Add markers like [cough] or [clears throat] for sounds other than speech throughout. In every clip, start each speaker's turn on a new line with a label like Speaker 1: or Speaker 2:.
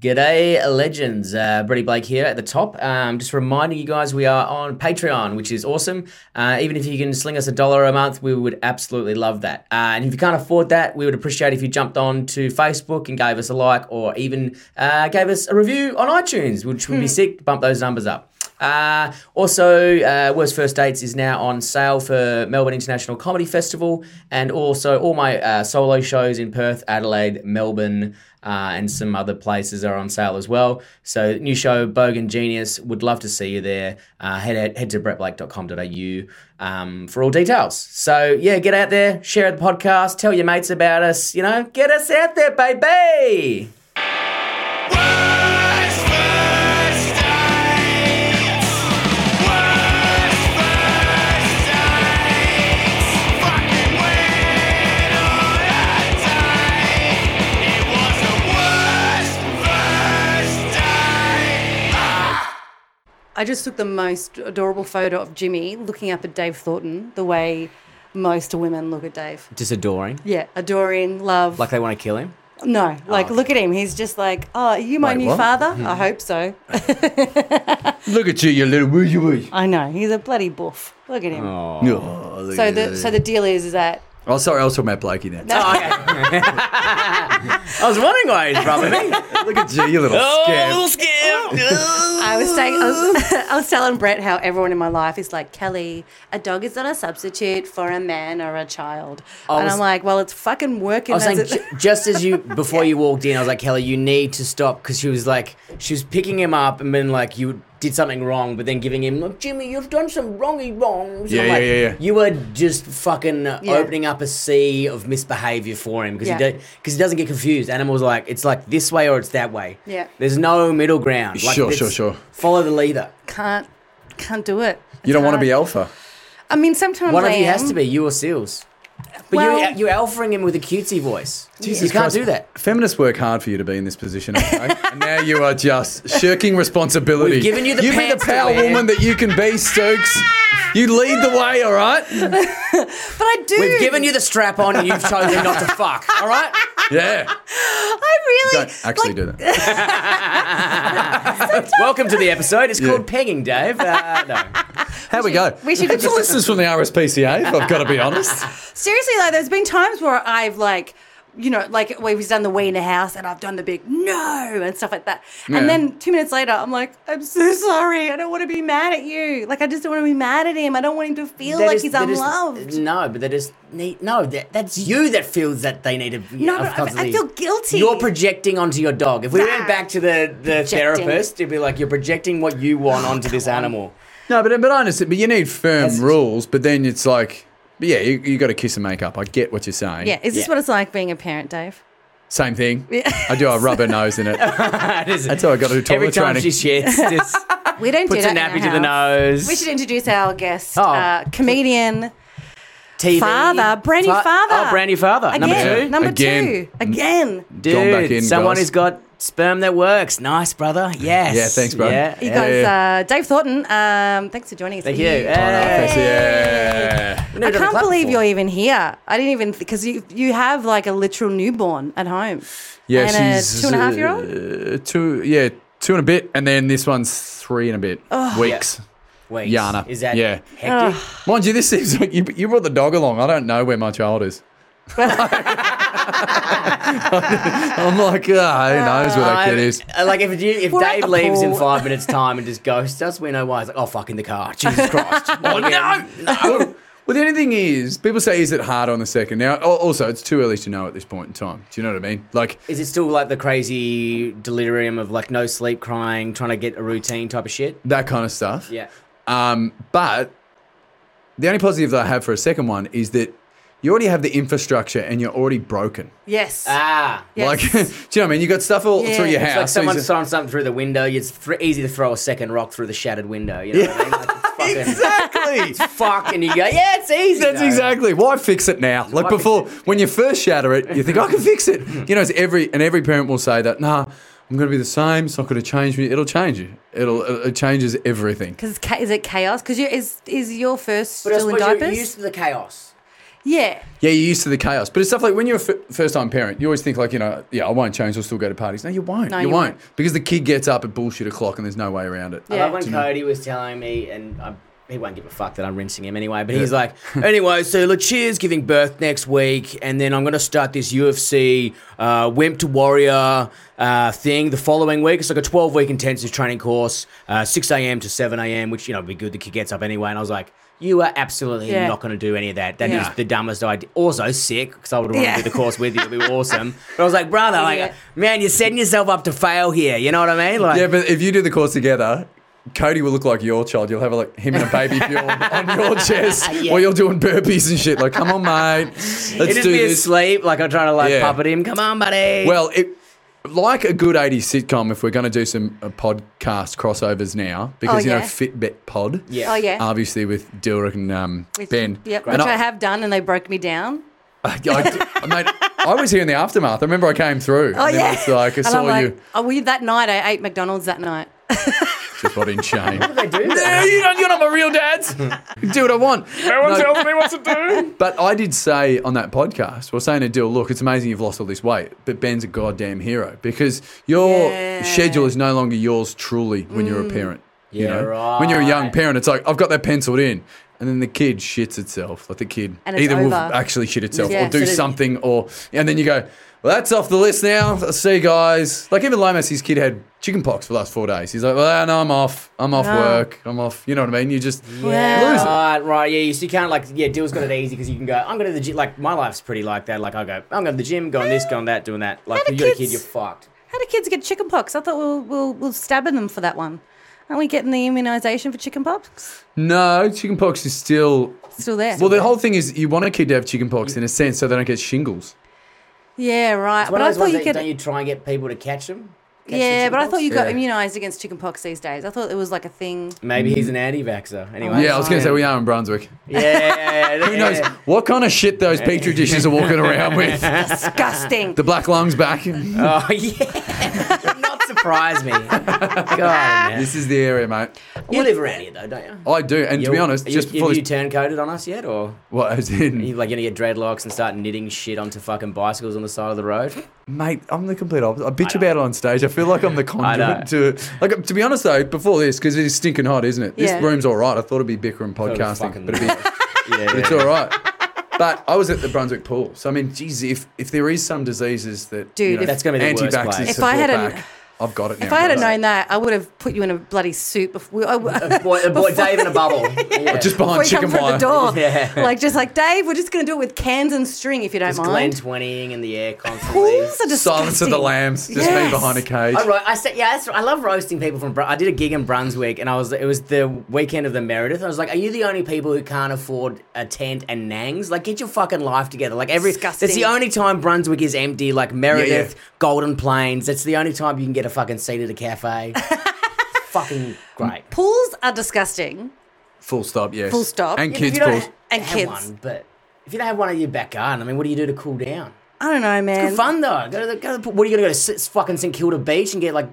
Speaker 1: G'day, legends. Uh, Brady Blake here at the top. Um, just reminding you guys we are on Patreon, which is awesome. Uh, even if you can sling us a dollar a month, we would absolutely love that. Uh, and if you can't afford that, we would appreciate if you jumped on to Facebook and gave us a like or even uh, gave us a review on iTunes, which would be sick. Bump those numbers up. Uh, also, uh, Worst First Dates is now on sale for Melbourne International Comedy Festival, and also all my uh, solo shows in Perth, Adelaide, Melbourne, uh, and some other places are on sale as well. So, new show Bogan Genius. Would love to see you there. Uh, head head to brettblake.com.au um, for all details. So, yeah, get out there, share the podcast, tell your mates about us. You know, get us out there, baby.
Speaker 2: Worst first dates. Worst first dates. Fucking went on a date. It was the worst first date.
Speaker 3: I just took the most adorable photo of Jimmy looking up at Dave Thornton the way most women look at Dave.
Speaker 1: Just adoring.
Speaker 3: Yeah, adoring, love.
Speaker 1: Like they want to kill him.
Speaker 3: no, like look at him. He's just like, oh, are you my
Speaker 1: Like
Speaker 3: new
Speaker 1: what? Hmm.
Speaker 3: father? I
Speaker 1: [laughs]
Speaker 3: hope so.
Speaker 4: Look at you, you little woo you woo.
Speaker 3: I know he's a bloody boof. Look at him.
Speaker 4: Oh, look
Speaker 3: So
Speaker 4: at
Speaker 3: the
Speaker 4: you.
Speaker 3: so the deal is, is that
Speaker 4: oh, sorry, I was talking about Blakey now.
Speaker 1: [laughs] I was wondering why he's rubbing
Speaker 4: [laughs]
Speaker 1: me.
Speaker 4: look at you, you Oh, little [laughs] scamp.
Speaker 1: Oh.
Speaker 3: I was saying I was, [laughs] I was telling Brett how everyone in my life is like Kelly. A dog is not a substitute for a man or a child. and
Speaker 1: was-
Speaker 3: I'm like, well, it's fucking working.
Speaker 1: I was
Speaker 3: as
Speaker 1: saying,
Speaker 3: it-
Speaker 1: ju- just as you before you walked in, I was like, Kelly, you need to stop because she was like, she was picking him up and then like you did something wrong, but then giving him, look, Jimmy, you've done some wrongy wrongs.
Speaker 4: Yeah,
Speaker 1: I'm
Speaker 4: yeah,
Speaker 1: like,
Speaker 4: yeah, yeah.
Speaker 1: You were just fucking uh
Speaker 3: Yeah.
Speaker 1: opening up a sea of misbehavior for him because
Speaker 3: Yeah.
Speaker 1: he because he doesn't get confused. Animals like it's like this way or it's that way.
Speaker 3: Yeah.
Speaker 1: there's no middle ground. Like,
Speaker 4: Sure,
Speaker 1: it's-
Speaker 4: sure, sure.
Speaker 1: Follow the leader.
Speaker 3: [laughs] can't can't do it.
Speaker 4: You don't want to be
Speaker 3: It's
Speaker 4: alpha.
Speaker 3: hard. I mean, sometimes
Speaker 1: One
Speaker 3: I
Speaker 1: of you has
Speaker 3: am.
Speaker 1: to be you or Seals. But
Speaker 3: Well-
Speaker 1: you're, you're alphering him with a cutesy voice. you
Speaker 4: Jesus
Speaker 1: can't
Speaker 4: Christ.
Speaker 1: do that.
Speaker 4: Feminists work hard for you to be in this position, okay? and now you are just shirking responsibility.
Speaker 1: We've given you the
Speaker 4: You be the
Speaker 1: pants to
Speaker 4: power
Speaker 1: wear.
Speaker 4: woman that you can be, Stokes. You lead the way, all right?
Speaker 3: But I do.
Speaker 1: We've given you the strap on and you've chosen not to fuck. All [laughs] right?
Speaker 3: [laughs]
Speaker 4: Yeah.
Speaker 3: I really
Speaker 4: Don't actually
Speaker 3: like,
Speaker 4: do
Speaker 3: [laughs]
Speaker 4: that.
Speaker 1: Welcome to the episode. It's
Speaker 4: Yeah.
Speaker 1: called pegging, Dave. Uh, [laughs] no.
Speaker 4: How we go?
Speaker 3: we should-
Speaker 4: It's the listeners from the RSPCA, if I've got to be honest.
Speaker 3: Seriously, like, there's been times where I've like, you know, like where we've done the wee in the house, and I've done the big no and stuff like that.
Speaker 4: Yeah.
Speaker 3: And then two minutes later, I'm like, I'm so sorry. I don't want to be mad at you. Like, I just don't want to be mad at him. I don't want him to feel
Speaker 1: They're
Speaker 3: like
Speaker 1: just-
Speaker 3: he's
Speaker 1: they're just-
Speaker 3: unloved.
Speaker 1: no, but they just need. No, that, that's you that feels that they need to.
Speaker 3: No, but I- I
Speaker 1: constantly-
Speaker 3: feel guilty.
Speaker 1: You're projecting onto your dog. If we went
Speaker 3: Nah.
Speaker 1: back to the, the
Speaker 3: Projecting.
Speaker 1: therapist, it'd be like, you're projecting what you want onto this [laughs] animal.
Speaker 4: No, but but I understand. But you need firm rules. But then it's like, but yeah, you, you got to kiss and make up. I get what you're saying.
Speaker 3: yeah, is this
Speaker 1: Yeah.
Speaker 3: what it's like being a parent, Dave?
Speaker 4: Same thing. I do a rubber nose
Speaker 3: [laughs]
Speaker 4: in it. That's how I got to do
Speaker 1: Every
Speaker 4: toilet
Speaker 1: time
Speaker 4: training.
Speaker 1: she [laughs] shits, just
Speaker 3: We don't
Speaker 1: puts
Speaker 3: do
Speaker 1: a
Speaker 3: that. in our
Speaker 1: nappy to the
Speaker 3: house.
Speaker 1: nose.
Speaker 3: We should introduce our guest,
Speaker 1: Oh.
Speaker 3: uh, comedian,
Speaker 1: TV.
Speaker 3: father, brand new
Speaker 1: Fa-
Speaker 3: father.
Speaker 1: Oh, brand new father.
Speaker 3: Again,
Speaker 1: Number two.
Speaker 3: Number
Speaker 4: Again.
Speaker 3: two. Again.
Speaker 1: Dude,
Speaker 4: Gone back in,
Speaker 1: someone
Speaker 4: guys.
Speaker 1: who's got sperm that works. Nice, brother. Yes.
Speaker 4: Yeah, thanks, bro.
Speaker 1: Yeah.
Speaker 3: You
Speaker 4: Yeah,
Speaker 3: guys,
Speaker 4: yeah.
Speaker 3: uh, Dave Thornton, um, thanks for joining us.
Speaker 1: Thank you.
Speaker 4: Oh, no,
Speaker 1: Hey.
Speaker 4: thanks. Yeah.
Speaker 1: We never
Speaker 3: I
Speaker 1: done a
Speaker 3: can't
Speaker 1: clap
Speaker 3: believe
Speaker 1: before.
Speaker 3: you're even here. I didn't even because you you have like a literal newborn at home.
Speaker 4: Yeah,
Speaker 3: and
Speaker 4: she's
Speaker 3: a two and a half year old.
Speaker 4: Uh, two, yeah, two and a bit, and then this one's three and a bit weeks.
Speaker 1: Wait,
Speaker 4: Yana.
Speaker 1: Is that
Speaker 4: Yeah.
Speaker 1: hectic?
Speaker 4: Mind you, this seems like [laughs] you, you brought the dog along. I don't know where my child is. [laughs] I'm like, ah,
Speaker 3: Uh,
Speaker 4: who knows where that kid is?
Speaker 1: Uh, like if you, if
Speaker 3: We're at
Speaker 1: Dave
Speaker 3: the
Speaker 1: leaves in
Speaker 3: pool.
Speaker 1: five
Speaker 3: [laughs]
Speaker 1: minutes' time and just ghosts us, we know why. It's like, oh fuck, in the car.
Speaker 4: [laughs]
Speaker 1: Jesus Christ.
Speaker 4: Oh no! no. Oh, well, the only thing is, people say, "Is it hard on the second? Now, al- also, it's too early to know at this point in time. Do you know what I mean? Like,
Speaker 1: Is it still like the crazy delirium of like no sleep, crying, trying to get a routine type of shit?
Speaker 4: that kind of stuff.
Speaker 1: Yeah.
Speaker 4: Um, but the only positive that I have for a second one is that you already have the infrastructure and you're already broken.
Speaker 3: Yes.
Speaker 1: Ah.
Speaker 3: Yes.
Speaker 4: Like, [laughs] do you know what I mean? You got stuff all
Speaker 3: Yeah.
Speaker 4: through your
Speaker 3: It's
Speaker 4: house.
Speaker 1: It's like
Speaker 4: so
Speaker 1: someone's
Speaker 4: it's-
Speaker 1: throwing something through the window. It's thr easy to throw a second rock through the shattered window. You know what I mean?
Speaker 4: [laughs]
Speaker 1: Like, it's fucking,
Speaker 4: exactly.
Speaker 1: Fuck, and you go, yeah, it's easy.
Speaker 4: [laughs] That's
Speaker 1: though.
Speaker 4: exactly why fix it now. Like
Speaker 1: Why fix
Speaker 4: before, when you first shatter it, you think I can fix it. You know, it's every and every parent will say that. Nah, I'm going to be the same. It's not going to change me. It'll change you. It'll it changes everything.
Speaker 3: Because is it chaos? Because you is is your first
Speaker 1: But I
Speaker 3: still in
Speaker 1: suppose you're
Speaker 3: diapers?
Speaker 1: used to the chaos.
Speaker 3: Yeah.
Speaker 4: Yeah, you're used to the chaos. But it's stuff like when you're a f- first time parent, you always think, like, you know, yeah, I won't change. I'll still go to parties. No, you won't.
Speaker 3: No,
Speaker 4: you,
Speaker 3: you
Speaker 4: won't.
Speaker 3: won't.
Speaker 4: Because the kid gets up at bullshit o'clock and there's no way around it.
Speaker 1: I
Speaker 3: Yeah.
Speaker 1: love when
Speaker 4: Do you know-
Speaker 1: Cody was telling me, and I, he won't give a fuck that I'm rinsing him anyway, but he's
Speaker 4: Yeah. [laughs]
Speaker 1: like, anyway, so Lucia's giving birth next week, and then I'm going to start this UFC uh, Wimp to Warrior uh, thing the following week. It's like a 12 week intensive training course, uh, 6 a.m. to 7 a.m., which, you know, would be good. The kid gets up anyway. And I was like, you are absolutely
Speaker 3: Yeah.
Speaker 1: not going to do any of that. That is
Speaker 4: Yeah.
Speaker 1: the dumbest idea. Also, sick, because I would want
Speaker 3: Yeah.
Speaker 1: to do the course with you. It'd be awesome. But I was like,
Speaker 3: [laughs]
Speaker 1: brother, like,
Speaker 3: Idiot.
Speaker 1: man, you're setting yourself up to fail here. You know what I mean? Like,
Speaker 4: Yeah, but if you do the course together, Cody will look like your child. You'll have like him and a
Speaker 3: [laughs]
Speaker 4: baby fuel on, on your chest
Speaker 1: Yeah.
Speaker 4: while you're doing burpees and shit. Like, come on, mate. Let's
Speaker 1: It
Speaker 4: do
Speaker 1: just be
Speaker 4: this.
Speaker 1: asleep, like I'm trying to like
Speaker 4: Yeah.
Speaker 1: puppet him. Come on, buddy.
Speaker 4: Well, it, like a good 80s sitcom, if we're going to do some uh, podcast crossovers now, because,
Speaker 3: Oh, yeah.
Speaker 4: you know, Fitbit Pod.
Speaker 1: Yeah.
Speaker 3: Oh yeah.
Speaker 4: Obviously, with Dilrick and um,
Speaker 3: With-
Speaker 4: Ben.
Speaker 3: Yep.
Speaker 4: And
Speaker 3: Which I, have done, and they broke me down.
Speaker 4: I, I- mate, I was here in the aftermath. I remember I came through.
Speaker 3: Oh
Speaker 4: and
Speaker 3: yeah.
Speaker 4: It's like I
Speaker 3: And I'm
Speaker 4: saw
Speaker 3: like,
Speaker 4: you
Speaker 3: Oh, well, that night I ate McDonald's that night. [laughs]
Speaker 4: just brought in shame.
Speaker 1: they do
Speaker 4: Yeah, you don't, you're not my real dads. [laughs] do what I want. No one tells me what to do. [laughs] But I did say on that podcast, we're saying to Dill, look, it's amazing you've lost all this weight, but Ben's a goddamn hero because your
Speaker 3: Yeah. Mm.
Speaker 4: schedule is no longer yours truly when you're a parent. You
Speaker 1: Yeah,
Speaker 4: know? When you're a young
Speaker 1: right.
Speaker 4: parent, it's like, I've got that penciled in. And then the kid shits itself. Like the kid
Speaker 3: And it's
Speaker 4: either will
Speaker 3: over.
Speaker 4: actually shit itself
Speaker 3: Yeah.
Speaker 4: or do
Speaker 3: So then-
Speaker 4: something or and then you go, Well, that's off the list now. I'll see you guys. Like even Lomas, his kid had chicken pox for the last four days. He's like, Well, no, I'm off. I'm off
Speaker 3: Ah.
Speaker 4: work. I'm off. You know what I mean? You just
Speaker 3: Yeah.
Speaker 4: lose it.
Speaker 1: Right, right, yeah. You, so you can't like, yeah. Dill's got it easy because you can go. I'm going to the gym. Like my life's pretty like that. Like I go, I'm going to the gym, going this, going that, doing that. Like
Speaker 3: How do
Speaker 1: you got a kid,
Speaker 3: kids-
Speaker 1: you're fucked.
Speaker 3: How do kids get chicken pox? I thought we were, we were, we were stabbing them for that one. Aren't we getting the immunisation for chicken pox?
Speaker 4: No, chicken pox is still
Speaker 3: Still there.
Speaker 4: Well, the whole thing is you want a kid to have chicken pox in a sense so they don't get shingles.
Speaker 3: yeah, right.
Speaker 1: One
Speaker 3: But
Speaker 1: of
Speaker 3: I
Speaker 1: those
Speaker 3: thought
Speaker 1: ones
Speaker 3: you
Speaker 1: that-
Speaker 3: get.
Speaker 1: Don't you try and get people to catch them? Catch the
Speaker 3: yeah, but I
Speaker 1: chickenpox?
Speaker 3: thought you got
Speaker 4: Yeah.
Speaker 3: immunised against chicken pox these days. I thought it was like
Speaker 1: [laughs]
Speaker 3: a thing.
Speaker 1: Maybe he's an anti-vaxxer. Anyway.
Speaker 4: Yeah, I was gonna say we are in Brunswick.
Speaker 1: Yeah. yeah,
Speaker 4: Who knows what kind of shit those petri dishes are walking around
Speaker 1: [laughs]
Speaker 4: with?
Speaker 3: Disgusting.
Speaker 4: The black lungs back. this
Speaker 1: Oh [laughs] yeah. Would Not surprise
Speaker 4: [laughs]
Speaker 1: me. God, man.
Speaker 4: is the area, mate.
Speaker 1: You live around here though, don't you?
Speaker 4: I do, and to be
Speaker 1: You're-
Speaker 4: honest,
Speaker 1: are you,
Speaker 4: just
Speaker 1: have
Speaker 4: before
Speaker 1: you
Speaker 4: this,
Speaker 1: turn coded on us yet, or?
Speaker 4: what as
Speaker 1: Are you
Speaker 4: in,
Speaker 1: like gonna get dreadlocks and start knitting shit onto fucking bicycles on the side of the road?
Speaker 4: mate, I'm the complete opposite. I bitch
Speaker 1: I know.
Speaker 4: about it on stage. I feel like I'm
Speaker 1: [laughs]
Speaker 4: the
Speaker 1: know.
Speaker 4: conduit to like. To be honest though, before this, because it is stinking hot, isn't it? This
Speaker 3: Yeah.
Speaker 4: room's all right. I thought it'd be bicker and
Speaker 1: Sort of
Speaker 4: podcasting,
Speaker 1: fucking-
Speaker 4: but it'd be,
Speaker 1: yeah, [laughs] yeah,
Speaker 4: it's
Speaker 1: yeah.
Speaker 4: all right. But I was at the Brunswick pool, so I mean, geez, if if there is some diseases that
Speaker 3: Dude,
Speaker 4: you know,
Speaker 3: if-
Speaker 1: That's gonna be the worst
Speaker 4: anti-vaxxers
Speaker 1: place.
Speaker 4: have
Speaker 3: If I had
Speaker 4: brought
Speaker 3: an-
Speaker 4: back, I've got it now.
Speaker 3: If I had
Speaker 4: guys.
Speaker 3: known that, I would have put you in a bloody suit before. [laughs] I,
Speaker 1: A boy, a boy Dave in
Speaker 3: [laughs]
Speaker 1: a
Speaker 4: [laughs]
Speaker 1: bubble. Yeah.
Speaker 4: just
Speaker 3: before
Speaker 4: behind
Speaker 3: you come
Speaker 4: chicken
Speaker 3: through the
Speaker 4: wire.
Speaker 3: door,
Speaker 1: [laughs] Yeah.
Speaker 3: like just like Dave, we're just gonna do it with cans and string if you don't
Speaker 1: Just Glenn
Speaker 3: mind.
Speaker 1: twentying in the air constantly.
Speaker 3: Pools are disgusting.
Speaker 4: Silence of the Lambs, just me
Speaker 3: Yes.
Speaker 4: behind a cage.
Speaker 1: I, ro- I said, yeah, that's, I love roasting people from. Bru- I did a gig in Brunswick, and I was it was the weekend of the Meredith. I was like, "Are you the only people who can't afford a tent and nangs? Like, get your fucking life together!" Like every,
Speaker 3: Disgusting.
Speaker 1: that's the only time Brunswick is empty. Like Meredith,
Speaker 4: yeah.
Speaker 1: Golden Plains. That's the only time you can get a fucking seat at a cafe. fucking great.
Speaker 3: Pools are disgusting.
Speaker 4: Full stop. Yes.
Speaker 3: Full stop.
Speaker 4: And
Speaker 3: If
Speaker 4: kids
Speaker 3: you don't-
Speaker 4: pools.
Speaker 3: And
Speaker 1: have
Speaker 3: kids.
Speaker 1: one, but if you don't have one in your back garden, I mean, what do you do to cool down?
Speaker 3: I don't know, man.
Speaker 1: Good fun though. Go to the, go to the, what are you gonna go to S- fucking St Kilda Beach and get like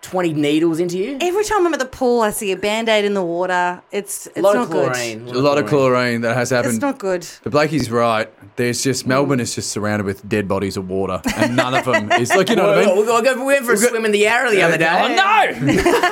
Speaker 1: twenty needles into you?
Speaker 3: Every time I'm at the pool, I see a band aid in the water. It's it's
Speaker 1: a lot
Speaker 3: not
Speaker 1: of chlorine.
Speaker 3: good.
Speaker 4: A lot of chlorine that has happened.
Speaker 3: It's not good.
Speaker 4: But Blakey's right. There's just Melbourne is just surrounded with dead bodies of water, and none of them is like you know what I
Speaker 1: Well,
Speaker 4: mean.
Speaker 1: Oh, we, got- we went for a swim in the Yarra the other day.
Speaker 4: Oh, no!
Speaker 1: no!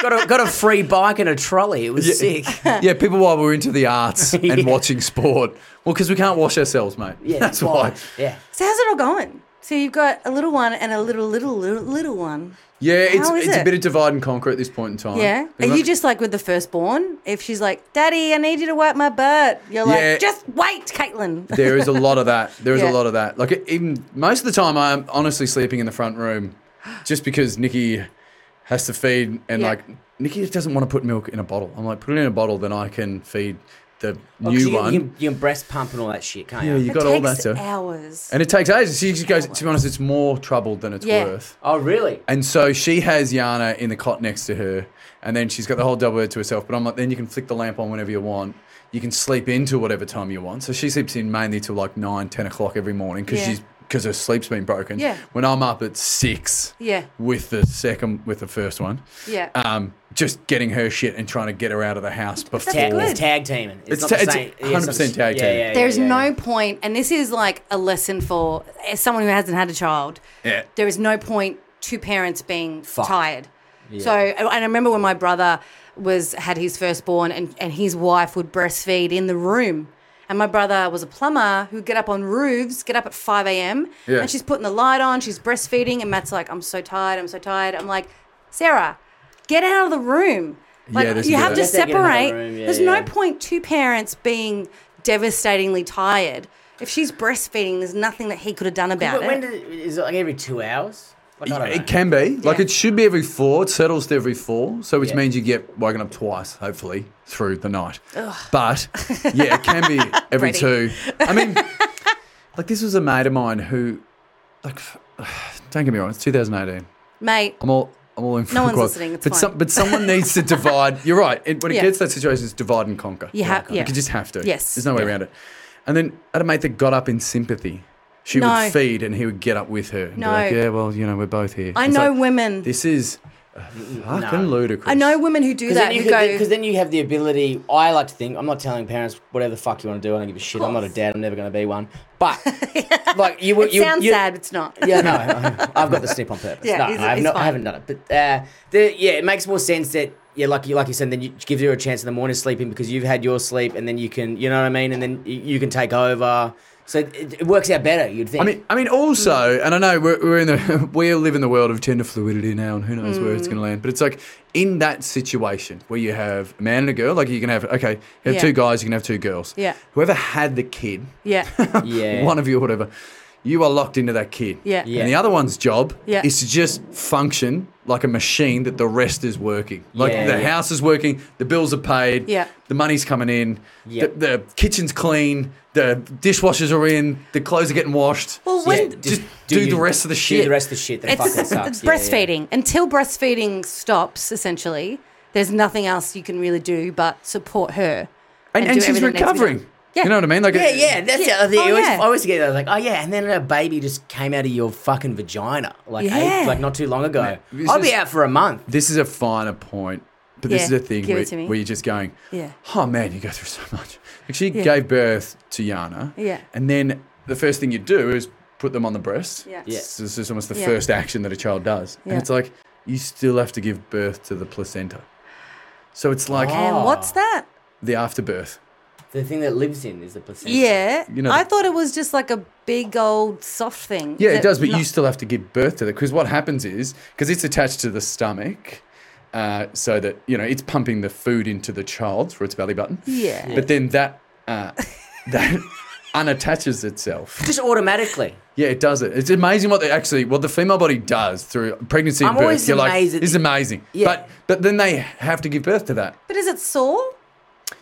Speaker 1: [laughs] got, a, got a free bike and a trolley. It was sick.
Speaker 4: [laughs] yeah, people while we're into
Speaker 3: [laughs]
Speaker 4: the arts and watching sport. Well, because we can't wash ourselves, mate.
Speaker 1: Yeah,
Speaker 4: [laughs] that's why.
Speaker 1: Yeah.
Speaker 3: So how's it all going? So you've got a little one and a little little little, little one.
Speaker 4: Yeah, it's
Speaker 3: How is
Speaker 4: it's a
Speaker 3: it?
Speaker 4: bit of divide and conquer at this point in time.
Speaker 3: Yeah. Are you just like with the firstborn? If she's like, Daddy, I need you to wipe my butt. You're like,
Speaker 4: Yeah.
Speaker 3: just wait, Caitlin.
Speaker 4: [laughs] There is a lot of that. There is
Speaker 3: Yeah.
Speaker 4: a lot of that. Like even most of the time, I'm honestly sleeping in the front room, just because Nikki has to feed and
Speaker 3: Yeah.
Speaker 4: like Nikki just doesn't want to put milk in a bottle. I'm like, put it in a bottle, then I can feed
Speaker 3: Oh,
Speaker 4: the
Speaker 1: 'Cause
Speaker 4: new
Speaker 1: you, can-
Speaker 4: one.
Speaker 1: You can, you can breast pump and all that shit, can't
Speaker 4: yeah,
Speaker 1: you?
Speaker 4: you got
Speaker 3: it
Speaker 4: all
Speaker 3: takes
Speaker 4: that stuff.
Speaker 3: hours.
Speaker 4: And it takes ages. She just goes, to be honest, it's more trouble than it's
Speaker 3: Yeah.
Speaker 4: worth.
Speaker 1: Oh, really?
Speaker 4: And so she has Yana in the cot next to her, and then she's got the whole double bed to herself. But I'm like, then you can flick the lamp on whenever you want. You can sleep into whatever time you want. So she sleeps in mainly till like nine, ten o'clock every morning because
Speaker 3: Yeah.
Speaker 4: she's because her sleep's been broken.
Speaker 3: Yeah.
Speaker 4: When I'm up at six.
Speaker 3: Yeah.
Speaker 4: With the second, with the first one.
Speaker 3: Yeah.
Speaker 4: Um, just getting her shit and trying to get her out of the house before.
Speaker 1: Tag,
Speaker 3: good.
Speaker 1: it's tag teaming. It's,
Speaker 4: It's
Speaker 1: not
Speaker 4: ta-
Speaker 1: the
Speaker 4: it's
Speaker 1: same. yeah, it's not the
Speaker 4: 100% tag
Speaker 1: yeah,
Speaker 4: teaming.
Speaker 1: yeah, yeah,
Speaker 3: There's
Speaker 1: yeah,
Speaker 3: no
Speaker 1: yeah.
Speaker 3: point, and this is like a lesson for as someone who hasn't had a child.
Speaker 4: Yeah.
Speaker 3: There is no point to parents being tired. So,
Speaker 1: Yeah.
Speaker 3: and I remember when my brother was had his firstborn, and and his wife would breastfeed in the room. And my brother was a plumber who'd get up on roofs, get up at 5 a.m.
Speaker 4: Yeah.
Speaker 3: And she's putting the light on, she's breastfeeding, and Matt's like, I'm so tired, I'm so tired. I'm like, Sarah, get out of the room. Like,
Speaker 4: Yeah, that's
Speaker 3: you
Speaker 4: a
Speaker 3: have
Speaker 4: good
Speaker 3: to
Speaker 4: idea.
Speaker 1: Get out of the
Speaker 3: separate.
Speaker 1: room, yeah,
Speaker 3: There's
Speaker 1: yeah.
Speaker 3: no point to parents being devastatingly tired. If she's breastfeeding, there's nothing that he could have done about
Speaker 1: But when
Speaker 3: it.
Speaker 1: did, is it like every two hours? Like, I don't know.
Speaker 4: It can be like
Speaker 3: Yeah.
Speaker 4: it should be every four. It settles to every four, so which
Speaker 1: Yeah.
Speaker 4: means you get woken up twice, hopefully through the night. But yeah, it can
Speaker 3: [laughs]
Speaker 4: be every
Speaker 3: Ready.
Speaker 4: two. I mean,
Speaker 3: [laughs]
Speaker 4: like this was a mate of mine who, like, [sighs] don't get me wrong, it's 2018.
Speaker 3: Mate,
Speaker 4: I'm all. I'm all in for
Speaker 3: No
Speaker 4: the
Speaker 3: one's
Speaker 4: quad.
Speaker 3: listening, it's
Speaker 4: but
Speaker 3: fine.
Speaker 4: but someone needs
Speaker 3: [laughs]
Speaker 4: to divide. You're right. It, when it
Speaker 3: Yeah.
Speaker 4: gets to that situation, it's divide and conquer.
Speaker 3: You have- yeah.
Speaker 4: You just have to.
Speaker 3: Yes.
Speaker 4: There's no way around it. And then I had a mate that got up in sympathy. She
Speaker 3: No.
Speaker 4: would feed, and he would get up with her. And
Speaker 3: No.
Speaker 4: Be like, yeah, well, you know, we're both here.
Speaker 3: I
Speaker 4: It's
Speaker 3: know
Speaker 4: like,
Speaker 3: women.
Speaker 4: This is fucking
Speaker 1: no.
Speaker 4: ludicrous.
Speaker 3: I know women who do
Speaker 1: Because
Speaker 3: that.
Speaker 1: then, you
Speaker 3: Who
Speaker 1: could-
Speaker 3: go,
Speaker 1: 'cause then you have the ability. I like to think I'm not telling parents whatever the fuck you want to do. I don't give a shit. I'm not a dad. I'm never going to be one.
Speaker 3: [laughs]
Speaker 1: But like you, would
Speaker 3: it
Speaker 1: you,
Speaker 3: sounds
Speaker 1: you,
Speaker 3: sad, but it's not.
Speaker 1: Yeah, no, I- I've got the snip on purpose.
Speaker 3: Yeah,
Speaker 1: no,
Speaker 3: he's-
Speaker 1: no, I've
Speaker 3: he's
Speaker 1: not, I
Speaker 3: fine.
Speaker 1: haven't done it. But uh, the, yeah, it makes more sense that yeah, like you like you said, then you give her a chance in the morning sleeping because you've had your sleep, and then you can, you know what I mean, and then y- you can take over. So it, it works out better, you'd think.
Speaker 4: I mean, I mean,
Speaker 3: Hmm.
Speaker 4: also, and I know we're, we're in the [laughs] we live in the world of gender fluidity now, and who knows where
Speaker 3: Hmm.
Speaker 4: it's going to land. But it's like in that situation where you have a man and a girl, like you can have okay, you have
Speaker 3: Yeah.
Speaker 4: two guys, you can have two girls.
Speaker 3: Yeah.
Speaker 4: Whoever had the kid,
Speaker 3: [laughs]
Speaker 4: [laughs]
Speaker 3: Yeah.
Speaker 1: yeah,
Speaker 4: one of you, or whatever, you are locked into that kid.
Speaker 3: Yeah.
Speaker 1: Yeah.
Speaker 4: And the other one's job
Speaker 3: Yeah.
Speaker 4: is to just function like a machine that the rest is working. Like
Speaker 1: Yeah,
Speaker 4: the
Speaker 1: yeah.
Speaker 4: house is working, the bills are paid,
Speaker 3: Yeah.
Speaker 4: the money's coming in,
Speaker 1: Yeah.
Speaker 4: the, the kitchen's clean, the dishwashers are in, the clothes are getting washed.
Speaker 3: Well,
Speaker 1: Yeah,
Speaker 3: when
Speaker 4: just do the rest of the
Speaker 1: Do
Speaker 4: shit.
Speaker 1: the rest of the shit that
Speaker 3: it's, [laughs]
Speaker 1: fucking sucks.
Speaker 3: it's
Speaker 1: Yeah, yeah.
Speaker 3: breastfeeding, until breastfeeding stops, essentially, there's nothing else you can really do but support her.
Speaker 4: and, and,
Speaker 3: do
Speaker 4: she's
Speaker 3: everything that needs to be done.
Speaker 4: recovering. You know what I mean? Like
Speaker 1: Yeah, yeah, that's the other thing.
Speaker 3: Oh,
Speaker 1: I, always,
Speaker 3: yeah.
Speaker 1: I always get that, like, oh yeah, and then a baby just came out of your fucking vagina, like,
Speaker 3: Yeah.
Speaker 1: eight, like not too long ago.
Speaker 4: this
Speaker 1: I'll be
Speaker 4: is-
Speaker 1: out for a month.
Speaker 4: This is a finer point, but this
Speaker 3: Yeah,
Speaker 4: is a thing
Speaker 3: give
Speaker 4: where,
Speaker 3: it to me.
Speaker 4: where you're just going,
Speaker 3: Yeah.
Speaker 4: oh man, you go through so much. Like she gave birth to Yana,
Speaker 3: Yeah.
Speaker 4: and then the first thing you do is put them on the breast.
Speaker 3: Yeah. Yeah.
Speaker 4: This is almost the
Speaker 3: Yeah.
Speaker 4: first action that a child does.
Speaker 3: Yeah.
Speaker 4: And it's like, you still have to give birth to the placenta. So it's like
Speaker 1: Oh.
Speaker 3: And what's that?
Speaker 4: the afterbirth.
Speaker 1: The thing that lives in is the placenta.
Speaker 3: Yeah.
Speaker 4: You know
Speaker 3: I
Speaker 4: the-
Speaker 3: thought it was just like a big old soft thing.
Speaker 4: Yeah,
Speaker 3: Is
Speaker 4: it does, but
Speaker 3: not-
Speaker 4: you still have to give birth to that because what happens is because it's attached to the stomach, uh, so that you know it's pumping the food into the child through its belly button.
Speaker 3: Yeah.
Speaker 4: But then that uh, that [laughs] unattaches itself.
Speaker 1: just automatically.
Speaker 4: Yeah, it does it. It's amazing what they actually what the female body does through pregnancy and
Speaker 1: I'm
Speaker 4: birth.
Speaker 1: always
Speaker 4: You're
Speaker 1: amazed
Speaker 4: like,
Speaker 1: at
Speaker 4: it's
Speaker 1: the-
Speaker 4: amazing.
Speaker 1: Yeah.
Speaker 4: But but then they have to give birth to that.
Speaker 3: But is it sore?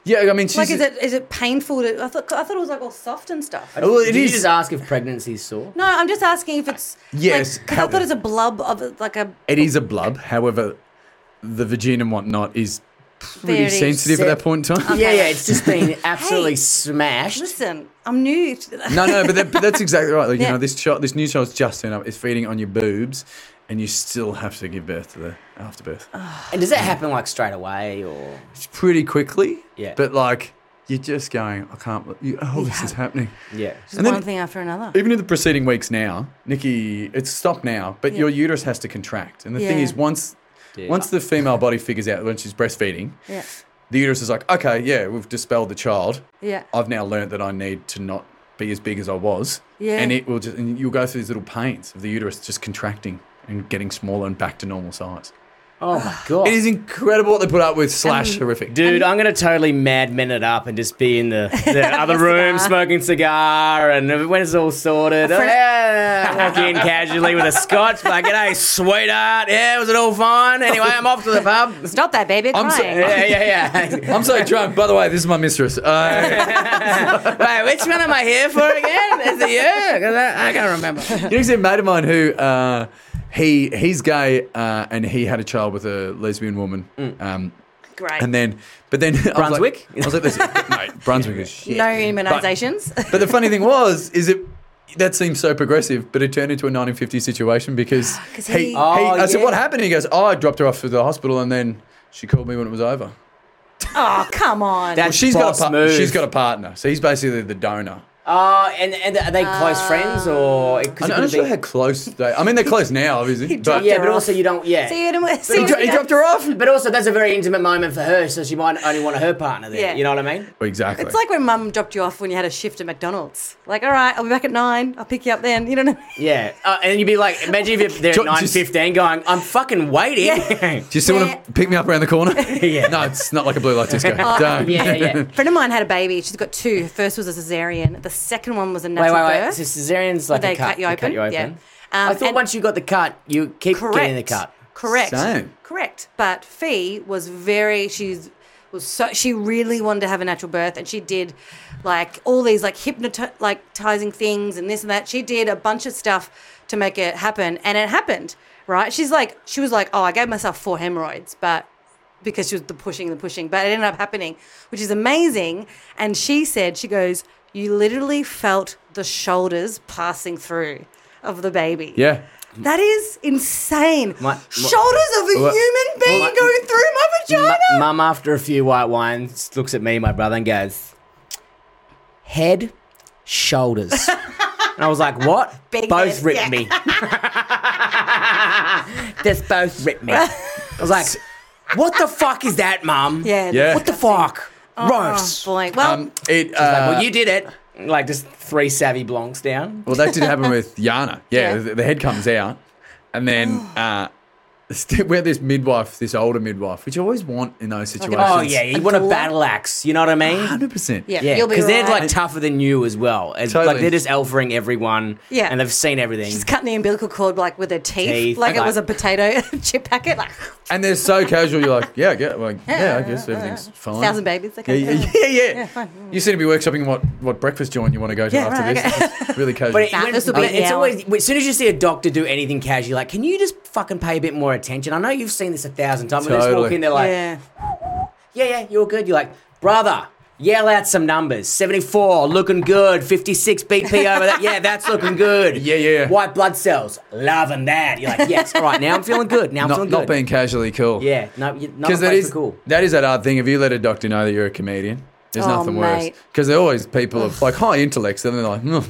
Speaker 4: Yeah, I mean, she's,
Speaker 3: Like, is it is it painful? To, I thought I thought it was like all soft and stuff.
Speaker 4: [laughs] Well, it
Speaker 1: Did you
Speaker 4: is-
Speaker 1: just ask if pregnancy is sore?
Speaker 3: No, I'm just asking if it's
Speaker 4: Yes,
Speaker 3: Because I
Speaker 4: how-
Speaker 3: thought it's a blub of like a
Speaker 4: It is a blub. However, the vagina and whatnot is pretty
Speaker 3: Very
Speaker 4: sensitive
Speaker 1: sen-
Speaker 4: at that point in time.
Speaker 1: Yeah, yeah, it's just
Speaker 4: [laughs]
Speaker 1: been absolutely
Speaker 3: Hey.
Speaker 1: smashed.
Speaker 3: listen. I'm new. [laughs] To that.
Speaker 4: No, no, but, that, but that's exactly right. Like, you
Speaker 3: Yeah.
Speaker 4: know, this child, this new child's just turned up. It's feeding on your boobs, and you still have to give birth to the afterbirth.
Speaker 1: And does that happen like straight away or?
Speaker 4: It's pretty quickly.
Speaker 1: Yeah.
Speaker 4: But like, you're just going, I can't. bel- You, oh, this is happening.
Speaker 1: Yeah.
Speaker 3: Just
Speaker 4: And then-
Speaker 3: one thing after another.
Speaker 4: Even in the preceding weeks now, Nikki, it's stopped now, but
Speaker 3: Yeah.
Speaker 4: your uterus has to contract. And the thing
Speaker 3: Yeah.
Speaker 4: is, once
Speaker 1: Yeah.
Speaker 4: once the female body figures out when she's breastfeeding,
Speaker 3: Yeah.
Speaker 4: the uterus is like, okay, yeah, we've dispelled the child.
Speaker 3: Yeah.
Speaker 4: I've now learnt that I need to not be as big as I was.
Speaker 3: Yeah.
Speaker 4: And it will just, and you'll go through these little pains of the uterus just contracting and getting smaller and back to normal size.
Speaker 1: Oh my god.
Speaker 4: It is incredible what they put up with, slash horrific.
Speaker 1: Dude, I'm gonna totally madman it up and just be in the, [laughs] the other room
Speaker 3: cigar.
Speaker 1: smoking cigar, and when it's all sorted,
Speaker 3: friend-
Speaker 1: eh, walk in casually with a scotch, like, "Hey, sweetheart, yeah, was it all fine? Anyway, I'm off to the pub."
Speaker 3: Stop that, baby.
Speaker 4: I'm
Speaker 3: I'm
Speaker 4: so- [laughs]
Speaker 3: crying.
Speaker 1: Yeah, yeah, yeah. [laughs]
Speaker 4: I'm so drunk. By the way, this is my mistress. Uh,
Speaker 1: Wait, which one am I here for again? Is it you? 'Cause I, I can't remember.
Speaker 4: you know, 'cause a mate of mine who uh, he he's gay uh, and he had a child with a lesbian woman. Um,
Speaker 3: Great.
Speaker 4: and then, but then [laughs] I was like-
Speaker 1: Brunswick?
Speaker 4: I was like, this, mate, Brunswick is shit.
Speaker 3: no immunizations.
Speaker 4: But the funny thing was, is it that seems so progressive, but it turned into a 1950 situation because
Speaker 3: [gasps] 'Cause
Speaker 4: he,
Speaker 3: he-
Speaker 4: he-
Speaker 1: Oh,
Speaker 4: I said,
Speaker 1: yeah.
Speaker 4: what happened? He goes, oh, I dropped her off to the hospital and then she called me when it was over.
Speaker 3: [laughs] Oh, come on.
Speaker 1: That-
Speaker 4: Well, she's got,
Speaker 1: boss
Speaker 4: a par-
Speaker 1: move.
Speaker 4: she's got a partner, so he's basically the donor.
Speaker 1: Oh, and, and are they close friends or?
Speaker 4: I'm
Speaker 1: Cause it
Speaker 4: not
Speaker 1: could've
Speaker 4: sure
Speaker 1: been-
Speaker 4: how close they.
Speaker 1: [laughs]
Speaker 4: I mean, they're close now, obviously. But
Speaker 1: yeah,
Speaker 3: her
Speaker 1: but
Speaker 3: off.
Speaker 1: also you don't. Yeah.
Speaker 3: see you in a see
Speaker 4: he,
Speaker 3: you
Speaker 4: dro- he
Speaker 3: in a-
Speaker 4: dropped her off.
Speaker 1: but also, that's a very intimate moment for her, so she might only want her partner there.
Speaker 3: Yeah.
Speaker 1: You know what I mean?
Speaker 4: Exactly.
Speaker 3: It's like when mum dropped you off when you had a shift at McDonald's. Like, all right, I'll be back at nine. I'll pick you up then. You know what I mean?
Speaker 1: Yeah. Uh, and you'd be like, imagine if they're at
Speaker 4: Just-
Speaker 1: nine fifteen, going, "I'm fucking waiting."
Speaker 3: Yeah.
Speaker 4: Do you still want to
Speaker 3: Yeah.
Speaker 4: pick me up around the corner?
Speaker 1: [laughs] Yeah. Oh,
Speaker 4: No, it's not like a blue
Speaker 1: [laughs]
Speaker 4: light disco. Don't.
Speaker 1: yeah, yeah.
Speaker 3: A friend of mine had a baby. She's got two. First was a cesarean. The second one was a
Speaker 1: Wait,
Speaker 3: natural
Speaker 1: wait, wait.
Speaker 3: birth.
Speaker 1: So cesarean's like
Speaker 3: They
Speaker 1: a cut.
Speaker 3: cut you
Speaker 1: They
Speaker 3: open? Yeah. Um,
Speaker 1: I thought
Speaker 3: and-
Speaker 1: once you got the cut, you keep
Speaker 3: Correct.
Speaker 1: getting the cut.
Speaker 3: Correct.
Speaker 4: Same.
Speaker 3: Correct. But Fee was very she's was so she really wanted to have a natural birth and she did like all these like hypnoti- like hypnotizing things and this and that. She did a bunch of stuff to make it happen and it happened. Right? She's like she was like, Oh, I gave myself four hemorrhoids, but because she was the pushing, the pushing, but it ended up happening, which is amazing. And she said, she goes, You literally felt the shoulders passing through of the baby.
Speaker 4: [laughs] Yeah.
Speaker 3: That is insane.
Speaker 1: My- my-
Speaker 3: Shoulders of a
Speaker 1: Well,
Speaker 3: human being
Speaker 1: well, my-
Speaker 3: going through my vagina.
Speaker 1: M- Mum, after a few white wines, looks at me, my brother, and goes, "Head, shoulders." and I was like, "What?"
Speaker 3: [laughs] Big
Speaker 1: both
Speaker 3: head,
Speaker 1: ripped
Speaker 3: yeah. [laughs]
Speaker 1: me. Just both ripped me. I was like, "What the fuck is that, Mum?"
Speaker 3: [laughs] yeah.
Speaker 4: Yeah.
Speaker 1: What the fuck?
Speaker 3: Oh,
Speaker 1: Roast.
Speaker 3: boy. Well,
Speaker 4: Um, it, uh,
Speaker 1: Like, well, you did it. Like just three savvy blonks down.
Speaker 4: Well, that did happen with Yana.
Speaker 3: Yeah.
Speaker 4: Yeah, The, the head comes out, and then uh, st- we had this midwife, this older midwife, which you always want in those
Speaker 3: Like an-
Speaker 4: situations.
Speaker 1: Oh yeah, you
Speaker 3: A
Speaker 1: want a
Speaker 3: door.
Speaker 1: battle axe. You know what I mean?
Speaker 4: hundred percent.
Speaker 3: yeah,
Speaker 1: Yeah,
Speaker 3: you'll be
Speaker 1: because they're
Speaker 3: right.
Speaker 1: like tougher than you as well. It's
Speaker 4: Totally.
Speaker 1: like they're just alphaing everyone.
Speaker 3: Yeah.
Speaker 1: and they've seen everything.
Speaker 3: She's cutting the umbilical cord like with her teeth,
Speaker 1: Teeth,
Speaker 3: like
Speaker 1: okay.
Speaker 3: it was a potato [laughs] chip packet. Like
Speaker 4: And they're so casual. You're like, yeah, I get, like, yeah, I guess everything's fine.
Speaker 3: thousand babies.
Speaker 4: Yeah,
Speaker 3: Okay.
Speaker 4: yeah, yeah. yeah. you seem to be workshopping what, what breakfast joint you want to go to
Speaker 3: Yeah,
Speaker 4: after
Speaker 3: right,
Speaker 4: this. It's really casual.
Speaker 1: But it,
Speaker 3: Nah,
Speaker 1: when-
Speaker 3: this will be
Speaker 1: but
Speaker 3: an
Speaker 1: it's
Speaker 3: hour.
Speaker 1: always as soon as you see a doctor do anything casual, you're like, can you just fucking pay a bit more attention? I know you've seen this a thousand times. When they just walk
Speaker 4: Totally.
Speaker 1: in, they're like, yeah.
Speaker 3: yeah.
Speaker 1: yeah, you're good. You're like, brother. Yell out some numbers. 74, looking good. 56 BP over that. Yeah, that's looking good.
Speaker 4: [laughs] Yeah, yeah.
Speaker 1: White blood cells, loving that. You're like, yes, all right, now I'm feeling good. Now I'm
Speaker 4: not,
Speaker 1: feeling
Speaker 4: not
Speaker 1: good.
Speaker 4: being casually cool.
Speaker 1: yeah, no, you- not
Speaker 4: Because that
Speaker 1: is
Speaker 4: is
Speaker 1: cool.
Speaker 4: that is that hard thing. If you let a doctor know that you're a comedian, there's
Speaker 3: Oh,
Speaker 4: nothing worse.
Speaker 3: mate.
Speaker 4: Because they're always people of like high intellects, and they're like, "Mm,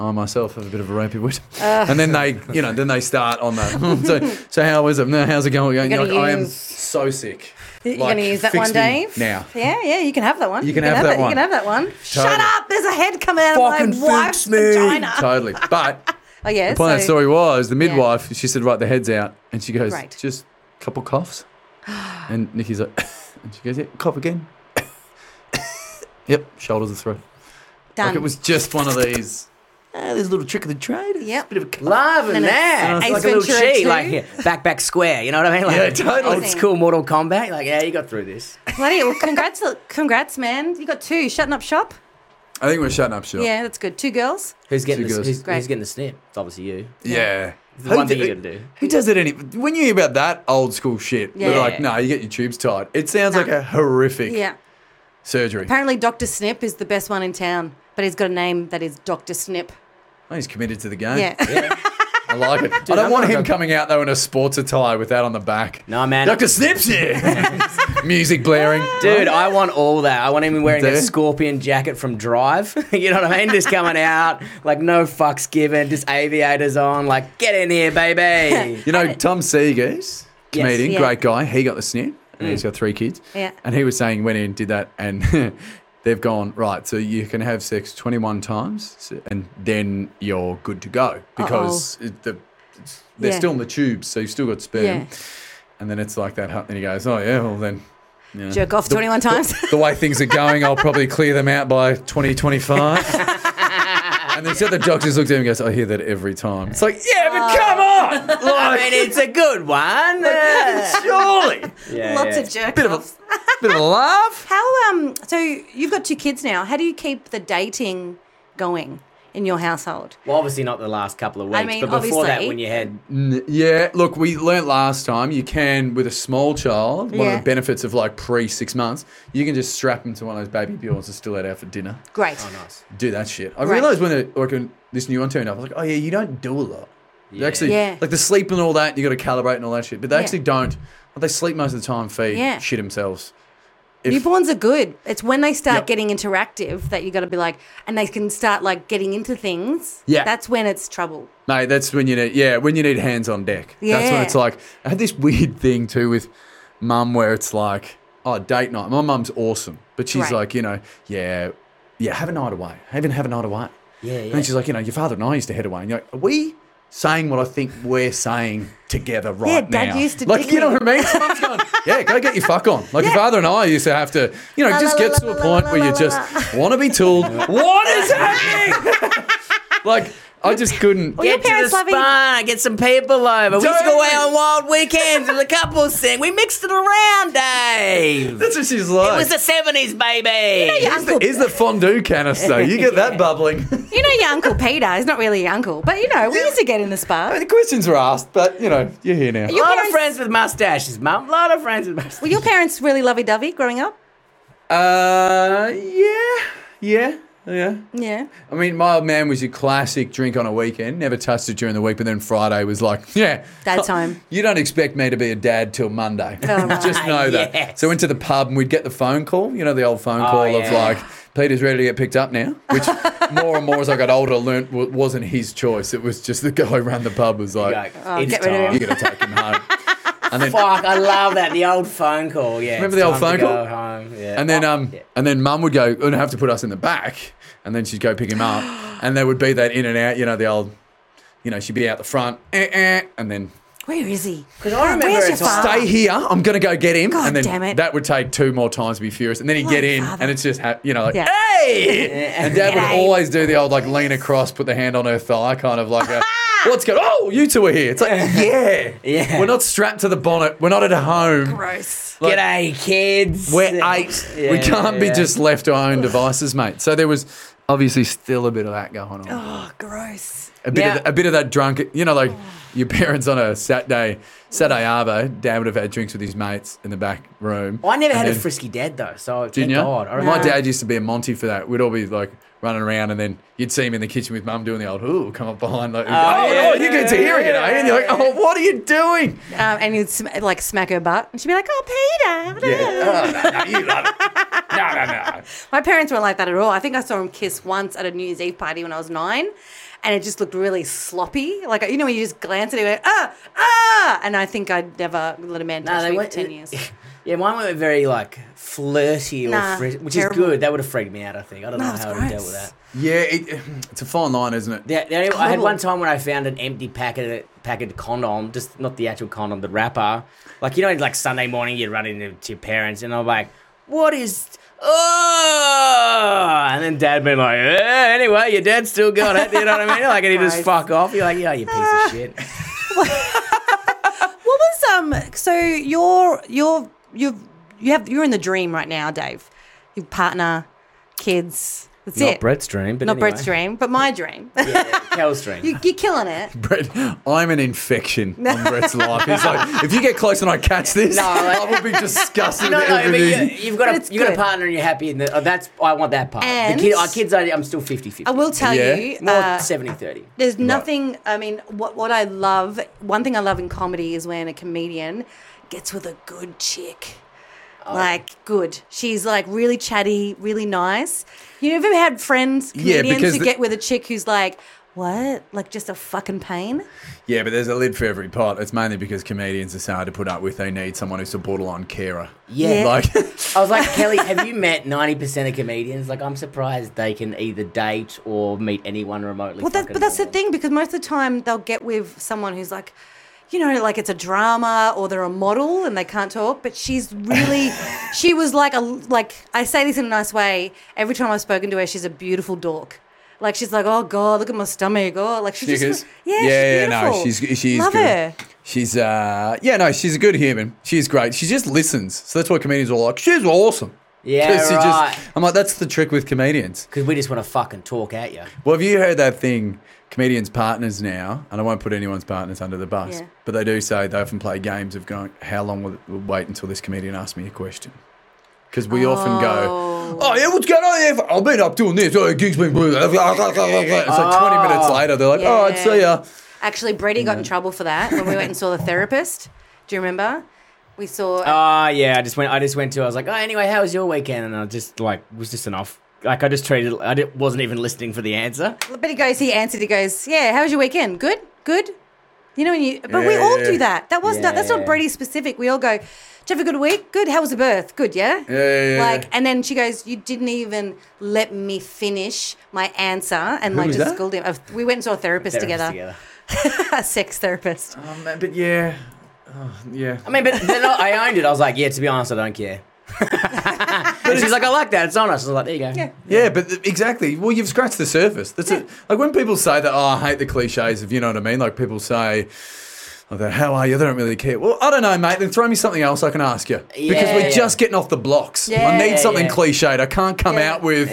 Speaker 4: I myself have a bit of a ropey wit, and then they, you know, then they start on that. "Mm, so, so how is it? No, how's it going? You're,
Speaker 3: You're
Speaker 4: like,
Speaker 3: gonna
Speaker 4: I am
Speaker 3: use-
Speaker 4: so sick.
Speaker 3: You're gonna use that
Speaker 4: fix
Speaker 3: one,
Speaker 4: me
Speaker 3: Dave.
Speaker 4: Now,
Speaker 3: Yeah, yeah, you can have that one.
Speaker 4: You can have
Speaker 3: it.
Speaker 4: that one.
Speaker 3: You can have that one. Shut
Speaker 4: Totally.
Speaker 3: up! There's a head coming out
Speaker 1: Fucking
Speaker 3: of my wife's
Speaker 1: fix me.
Speaker 3: vagina.
Speaker 4: totally.
Speaker 3: [laughs]
Speaker 4: But
Speaker 3: Oh yeah.
Speaker 4: the point of that
Speaker 3: so-
Speaker 4: story was the midwife. She said, "Right, the head's out," and she goes,
Speaker 3: Great.
Speaker 4: "Just a
Speaker 3: [gasps]
Speaker 4: couple coughs," and Nikki's like, [laughs] and she goes, "Yeah, cough again." [laughs] yep, shoulders are through.
Speaker 3: Done.
Speaker 4: Like it was just one of these. Uh, there's a little trick of the trade. It's
Speaker 3: Yep.
Speaker 4: a bit of a cut.
Speaker 1: Loving
Speaker 3: And it's
Speaker 1: that.
Speaker 3: Ace
Speaker 1: like a little
Speaker 3: Ventura
Speaker 1: cheat,
Speaker 3: 2.
Speaker 1: like yeah, back back square. You know what I mean? Like,
Speaker 4: Yeah, totally.
Speaker 1: Old school Mortal Kombat. Like, yeah, you got through this.
Speaker 3: Bloody well, congrats, congrats, man. You got two. You shutting up shop?
Speaker 4: I think we're shutting up shop.
Speaker 3: Yeah, that's good. Two girls.
Speaker 1: Who's getting
Speaker 4: Two
Speaker 1: the,
Speaker 4: girls.
Speaker 1: who's,
Speaker 3: Great.
Speaker 1: who's getting the snip? It's obviously you.
Speaker 4: Yeah.
Speaker 1: The one thing you gotta do.
Speaker 4: Who does it any? When you hear about that old school shit, they're
Speaker 3: Yeah.
Speaker 4: like, no, you get your tubes tied. It sounds like a horrific
Speaker 3: Yeah.
Speaker 4: surgery.
Speaker 3: Apparently, Doctor Snip is the best one in town, but he's got a name that is Doctor Snip.
Speaker 4: Oh, he's committed to the game.
Speaker 3: Yeah.
Speaker 4: I like it. I don't
Speaker 1: I'm not
Speaker 4: want him
Speaker 1: gonna-
Speaker 4: coming out though in a sports attire with that on the back.
Speaker 1: No, man.
Speaker 4: Doctor
Speaker 3: [laughs]
Speaker 4: Snips here. Music blaring.
Speaker 1: Dude, I want all that. I want him wearing
Speaker 4: Do
Speaker 1: that
Speaker 4: you?
Speaker 1: scorpion jacket from Drive. [laughs] you know what I mean? Just coming out, like no fucks given, just aviators on, like get in here, baby.
Speaker 4: You know, Tom Seegers, comedian,
Speaker 3: Yeah. Mm.
Speaker 4: great guy, he got the snip and he's got three kids.
Speaker 3: Yeah.
Speaker 4: And he was saying he went in and did that and [laughs] they've gone, right, so you can have sex 21 times so- and then you're good to go because it, the, it's- they're
Speaker 3: Yeah.
Speaker 4: still in the tubes, so you've still got sperm.
Speaker 3: Yeah.
Speaker 4: And then it's like that. huh, And he goes, oh, yeah, well then. you know,
Speaker 3: Jerk off 21
Speaker 4: [laughs]
Speaker 3: times.
Speaker 4: the way things are going, I'll probably clear them out
Speaker 3: [laughs]
Speaker 4: by 2025. and they said the doctors looked at him and goes, I hear that every time. [laughs] It's like, yeah,
Speaker 3: Oh.
Speaker 4: but come on!
Speaker 1: [laughs]
Speaker 4: Like,
Speaker 1: I mean, it's a good one.
Speaker 4: [laughs] surely.
Speaker 1: Yeah,
Speaker 3: Lots
Speaker 1: yeah.
Speaker 3: of jerk
Speaker 4: Bit of
Speaker 3: offs.
Speaker 4: a bit of a laugh.
Speaker 3: How um? So you've got two kids now. How do you keep the dating going? in your household?
Speaker 1: Well, obviously not the last couple of weeks,
Speaker 3: I mean,
Speaker 1: but before that,
Speaker 3: obviously.
Speaker 1: when you had
Speaker 4: N- Yeah, look, we learnt last time you can with a small child. One of
Speaker 3: Yeah.
Speaker 4: the benefits of like pre six months, you can just strap him to one of those baby Bjorns and still let out for dinner.
Speaker 3: Great.
Speaker 1: oh,
Speaker 4: Do that shit. I
Speaker 3: Right.
Speaker 4: realised when it, like when this new one turned up, I was like, oh yeah, you don't do a lot. You
Speaker 1: Yeah.
Speaker 4: actually
Speaker 3: Yeah.
Speaker 4: like the sleep and all that. You got to calibrate and all that shit, but they
Speaker 3: Yeah.
Speaker 4: actually don't. They sleep most of the time, feed,
Speaker 3: Yeah.
Speaker 4: shit themselves. If-
Speaker 3: Newborns are good. It's when they start
Speaker 4: Yep.
Speaker 3: getting interactive that you got to be like, and they can start like getting into things.
Speaker 4: Yeah.
Speaker 3: That's when it's trouble.
Speaker 4: Mate, that's when you need yeah, when you need hands on deck. That's when
Speaker 3: Yeah.
Speaker 4: it's like I had this weird thing too with mum where it's like, oh, date night. My mum's awesome. But she's
Speaker 3: Right.
Speaker 4: like, you know, yeah, yeah, have a night away. Even have a night away.
Speaker 1: Yeah,
Speaker 4: And
Speaker 1: yeah.
Speaker 4: then she's like, you know, your father and I used to head away. And you're like, are we saying what I think we're saying together right now?
Speaker 3: Dad used to
Speaker 4: Like,
Speaker 3: do
Speaker 4: you know
Speaker 3: it.
Speaker 4: what I mean? Mum's going,
Speaker 3: [laughs]
Speaker 4: yeah, go get your fuck on. Like your father and I used to have to, you know,
Speaker 3: La,
Speaker 4: just
Speaker 3: la,
Speaker 4: gets
Speaker 3: la,
Speaker 4: to a
Speaker 3: la,
Speaker 4: point
Speaker 3: la,
Speaker 4: where you
Speaker 3: la,
Speaker 4: just want to be tooled.
Speaker 1: [laughs]
Speaker 4: what is happening?
Speaker 3: [laughs]
Speaker 4: like, I just couldn't.
Speaker 3: Your
Speaker 1: Get to the
Speaker 3: parents love each-
Speaker 1: spa, get some people over. We used to go
Speaker 4: Totally.
Speaker 1: away on wild weekends as a couple thing. We mixed it around, Dave.
Speaker 3: [laughs]
Speaker 1: It
Speaker 4: That's what she's like.
Speaker 1: was the 70s, baby.
Speaker 3: Your
Speaker 4: is, the,
Speaker 3: uncle,
Speaker 4: is the fondue canister? You get that
Speaker 1: [laughs]
Speaker 4: bubbling. [laughs]
Speaker 3: you know your uncle Peter. He's not really your uncle, but you know we used to get in the spa.
Speaker 4: the questions were asked, but you know, you're here now.
Speaker 1: A
Speaker 3: Your
Speaker 1: lot
Speaker 3: parents-
Speaker 1: of friends with mustaches, mum. A lot of friends with
Speaker 3: Were
Speaker 1: mustaches.
Speaker 3: your parents really lovey-dovey growing up?
Speaker 4: Uh, yeah, yeah, yeah.
Speaker 3: Yeah.
Speaker 4: I mean, my old man was your classic drink on a weekend, never touched it during the week, but then Friday was like, [laughs] yeah.
Speaker 3: Dad's home.
Speaker 4: You don't expect me to be a dad till Monday. [laughs]
Speaker 3: Oh, right.
Speaker 4: Just know that.
Speaker 1: Yes.
Speaker 4: So went to the pub and we'd get the phone call, you know, the old phone
Speaker 1: Oh,
Speaker 4: call of
Speaker 1: yeah.
Speaker 4: like, Peter's ready to get picked up now,
Speaker 1: [laughs]
Speaker 4: which more and more as I got older, learnt wa- wasn't his choice. It was just the guy who ran the pub was like,
Speaker 1: Like,
Speaker 3: Oh,
Speaker 1: it's
Speaker 3: get rid of
Speaker 1: time.
Speaker 4: you're going to take him home. And then,
Speaker 1: Fuck, I love that. The old phone call, yeah.
Speaker 4: Remember
Speaker 1: it's
Speaker 4: the
Speaker 1: time
Speaker 4: old phone
Speaker 1: to
Speaker 4: call?
Speaker 1: Go home. Yeah.
Speaker 4: And then,
Speaker 1: Oh,
Speaker 4: um,
Speaker 1: yeah.
Speaker 4: and then mum would go, and have to put us in the back. And then she'd go pick
Speaker 3: [gasps]
Speaker 4: him up. and there would be that in and out, you know, the old, you know, she'd be out the front, eh, eh, and then
Speaker 3: Where is he?
Speaker 1: 'Cause I remember
Speaker 3: Where's
Speaker 1: a
Speaker 3: your
Speaker 1: time-
Speaker 3: father?
Speaker 4: stay here. I'm going to go get him.
Speaker 3: God
Speaker 4: and then
Speaker 3: damn it.
Speaker 4: that would take two more times to be furious. And then he'd get
Speaker 3: Bloody
Speaker 4: in,
Speaker 3: father.
Speaker 4: and it's just, ha- you know, like,
Speaker 3: Yeah.
Speaker 4: hey! And dad would
Speaker 3: G'day.
Speaker 4: always do the old, like, lean across, put the hand on her thigh, kind of like a.
Speaker 3: [laughs]
Speaker 4: What's going? Oh, you two are here. It's like, yeah,
Speaker 1: Yeah.
Speaker 4: We're not strapped to the bonnet. We're not at home.
Speaker 3: Gross.
Speaker 4: Like-
Speaker 1: G'day, kids.
Speaker 4: We're eight. we
Speaker 1: Yeah,
Speaker 4: can't be
Speaker 1: yeah.
Speaker 4: just left to our own devices, mate. So there was obviously still a bit of that going on.
Speaker 3: Oh, gross.
Speaker 4: a bit,
Speaker 1: Now-
Speaker 4: of, a bit of that drunk. You know, like your parents on a Saturday, Saturday arvo, dad would have had drinks with his mates in the back room.
Speaker 1: I never
Speaker 4: And
Speaker 1: had a
Speaker 4: then-
Speaker 1: frisky dad, though, so
Speaker 4: Didn't
Speaker 1: thank
Speaker 4: you?
Speaker 1: God. I
Speaker 4: My
Speaker 1: remember-
Speaker 4: dad used to be a Monty for that. We'd all be like running around, and then you'd see him in the kitchen with mum doing the old "ooh," come up behind like, "Oh,
Speaker 1: yeah,
Speaker 4: no, you get to hear it," you know, and you're like, "Oh, what are you doing?"
Speaker 3: Um, and you'd sm- like smack her butt, and she'd be like, "Oh, Peter."
Speaker 1: [laughs]
Speaker 4: Yeah. Oh, no, no, you love it. No, no, no.
Speaker 3: My parents weren't like that at all. I think I saw him kiss once at a New Year's Eve party when I was nine, and it just looked really sloppy. Like you know, when you just glance at him, like, ah, ah, and I think I'd never let a man touch
Speaker 1: Uh,
Speaker 3: me for
Speaker 1: [laughs]
Speaker 3: ten years.
Speaker 1: Yeah, mine weren't very like flirty or
Speaker 3: Nah,
Speaker 1: fris- which
Speaker 3: terrible.
Speaker 1: is good. That would have freaked me out. I think I don't
Speaker 3: No,
Speaker 1: know
Speaker 3: it's
Speaker 1: how I would have dealt with
Speaker 3: gross.
Speaker 1: that.
Speaker 4: Yeah, it, it's a fine line, isn't it?
Speaker 1: The, the only, I had
Speaker 3: Horrible.
Speaker 1: one time when I found an empty packet packet condom, just not the actual condom, the wrapper. Like you know, like Sunday morning, you run into to your parents, and I'm like, "What is?" Oh, and then Dad been like, eh, "Anyway, your dad's still got it." You know what I mean? Like, and he just
Speaker 3: [laughs] Gross.
Speaker 1: fuck off. You're like, "Yeah, you
Speaker 3: [laughs]
Speaker 1: piece of shit."
Speaker 3: What was um? So you're you're you you have you're in the dream right now, Dave. Your partner, kids. That's it.
Speaker 1: Brett's dream, but
Speaker 3: Not Brett's dream, but my dream.
Speaker 1: Yeah, Kel's dream.
Speaker 3: you, [laughs] you're killing it.
Speaker 4: Brett, I'm an infection on Brett's life. He's like, if you get close and I catch this, I will be disgusted
Speaker 1: No,
Speaker 4: with
Speaker 1: no, I mean,
Speaker 4: everything.
Speaker 1: you, you've got
Speaker 3: it's
Speaker 1: a, you've got a
Speaker 3: good.
Speaker 1: partner and you're happy, and the, oh, that's I want that part.
Speaker 3: And-
Speaker 1: the kid, our kids, I, I'm still 50 50.
Speaker 3: I will tell
Speaker 4: Yeah.
Speaker 3: you.
Speaker 1: More
Speaker 3: uh,
Speaker 1: 70 30.
Speaker 3: There's nothing. I mean, what what I love, one thing I love in comedy is when a comedian gets with a good chick. Like good, she's like really chatty, really nice. You ever had friends comedians
Speaker 4: because
Speaker 3: who
Speaker 4: the-
Speaker 3: get with a chick who's like, what, like just a fucking pain?
Speaker 4: yeah, but there's a lid for every pot. It's mainly because comedians are so hard to put up with. They need someone who's a borderline carer.
Speaker 1: Yeah.
Speaker 4: Like, [laughs]
Speaker 1: I was like, Kelly, have you met 90% of comedians? Like, I'm surprised they can either date or meet anyone remotely.
Speaker 3: Well, that's
Speaker 1: fucking
Speaker 3: but that's the
Speaker 1: normal.
Speaker 3: thing because most of the time they'll get with someone who's like, you know, like it's a drama or they're a model and they can't talk. But she's
Speaker 4: [laughs]
Speaker 3: really, she was like a like I say this in a nice way. Every time I've spoken to her, she's a beautiful dork. Like she's like, oh god, look at my stomach. Oh, like she
Speaker 4: Snickers.
Speaker 3: just, yeah, yeah, she's
Speaker 4: no,
Speaker 3: beautiful.
Speaker 4: she's she's
Speaker 3: love
Speaker 4: good.
Speaker 3: her.
Speaker 4: She's uh, yeah, no, she's a good human. She's great. She just listens. So that's why comedians are like, she's awesome.
Speaker 1: Yeah,
Speaker 4: 'Cause you just-
Speaker 1: right.
Speaker 4: I'm like, that's the trick with comedians.
Speaker 1: Because we just want to fucking talk at you.
Speaker 4: Well, have you heard that thing? Comedians' partners now, and I won't put anyone's partners under the bus,
Speaker 3: Yeah.
Speaker 4: but they do say they often play games of going, how long will it will wait until this comedian asks me a question? Because we often go, oh, yeah, what's going on? here? I've been up doing this. Oh, gigs been blue. [laughs] It's like 20 minutes later, they're like,
Speaker 3: Yeah.
Speaker 4: oh, I'd see ya.
Speaker 3: Actually, Brady got in trouble for that when we went and
Speaker 4: [laughs]
Speaker 3: saw the therapist. Do you remember? We saw.
Speaker 1: Ah, yeah. I just went. I just went to. I was like, oh, anyway, how was your weekend? And I just like was just an off. Like I just treated. I did, wasn't even listening for the answer.
Speaker 3: But he goes, he answered, he goes, Yeah, how was your weekend? Good? Good? You know, and you, but we all do
Speaker 4: Yeah.
Speaker 3: that. That was not, that's
Speaker 1: Yeah.
Speaker 3: not Brady specific. We all go, Did you have a good week? Good. How was the birth? Good, yeah?
Speaker 4: Yeah, yeah, yeah.
Speaker 3: Like, and then she goes, You didn't even let me finish my answer. And
Speaker 4: Who
Speaker 3: like,
Speaker 4: was
Speaker 3: just
Speaker 4: that?
Speaker 3: schooled him. Uh, We went and saw a therapist,
Speaker 1: Therapist
Speaker 3: together, [laughs] a sex therapist.
Speaker 4: Um, but yeah, oh, yeah.
Speaker 1: I mean, but then I I owned it. I was like, yeah. To be honest, I don't
Speaker 3: [laughs]
Speaker 1: care. but she's like, I like that. It's on us. I was like, there you go.
Speaker 3: Yeah.
Speaker 4: Yeah, but th- exactly. Well, you've scratched the surface. That's it. Like when people say that, oh, I hate the cliches of, you know what I mean? Like people say, oh, that, how are you? They don't really care. Well, I don't know, mate. Then throw me something else I can ask you. because
Speaker 1: Yeah,
Speaker 4: we're
Speaker 1: yeah.
Speaker 4: just getting off the blocks. I
Speaker 3: Yeah,
Speaker 4: need something
Speaker 1: yeah.
Speaker 4: cliched. I can't come
Speaker 3: Yeah.
Speaker 4: out with,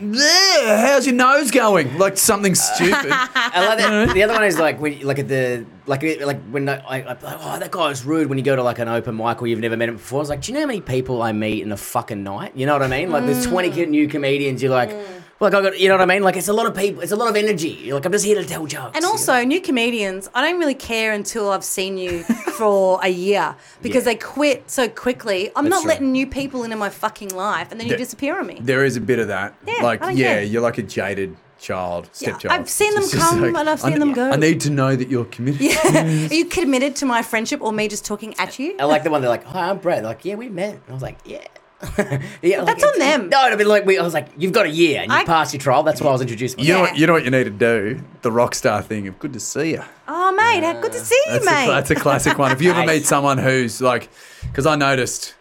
Speaker 4: "Yeah, how's your nose going? Like
Speaker 3: [laughs]
Speaker 4: something stupid.
Speaker 1: I like that. The other one is like when, like at the like like when I, I, I oh that guy was rude when you go to like an open mic or you've never met him before. It's like, do you know how many people I meet in a fucking night? You know what I mean? Like there's
Speaker 3: Mm.
Speaker 1: 20 co- new comedians. You're like, like I got you know what I mean? Like it's a lot of people. It's a lot of energy. You're like I'm just here to tell jokes.
Speaker 3: And also, new comedians, I don't really care until I've seen you for a year because
Speaker 1: Yeah.
Speaker 3: they quit so quickly. I'm
Speaker 1: That's
Speaker 3: not
Speaker 1: true.
Speaker 3: letting new people into my fucking life and then you
Speaker 4: Yeah.
Speaker 3: disappear on me.
Speaker 4: there is a bit of that.
Speaker 3: Yeah,
Speaker 4: like,
Speaker 3: I don't
Speaker 4: yeah,
Speaker 3: care.
Speaker 4: you're like a jaded child, stepchild.
Speaker 3: I've seen them
Speaker 4: It's just
Speaker 3: come and I've
Speaker 4: I
Speaker 3: seen
Speaker 4: kn-
Speaker 3: them go.
Speaker 4: I need to know that you're committed. Mm.
Speaker 3: Are you committed to my friendship or me just talking at you?
Speaker 1: I like the one they're like, hi, I'm Brett. They're like, yeah, we met. And I was like, yeah. [laughs] yeah,
Speaker 3: That's
Speaker 1: like,
Speaker 3: on them.
Speaker 1: No, it'd be like we. I was like, "You've got a year and you
Speaker 3: I-
Speaker 1: passed your trial." That's why I was introduced.
Speaker 4: You know
Speaker 3: Yeah.
Speaker 4: what you know what you need to do? The rock star thing of good to see you.
Speaker 3: Oh, mate, how good to see you,
Speaker 4: That's,
Speaker 3: mate.
Speaker 4: a, that's a classic one.
Speaker 3: [laughs]
Speaker 4: If you ever
Speaker 1: Nice.
Speaker 4: meet someone who's like, because I noticed,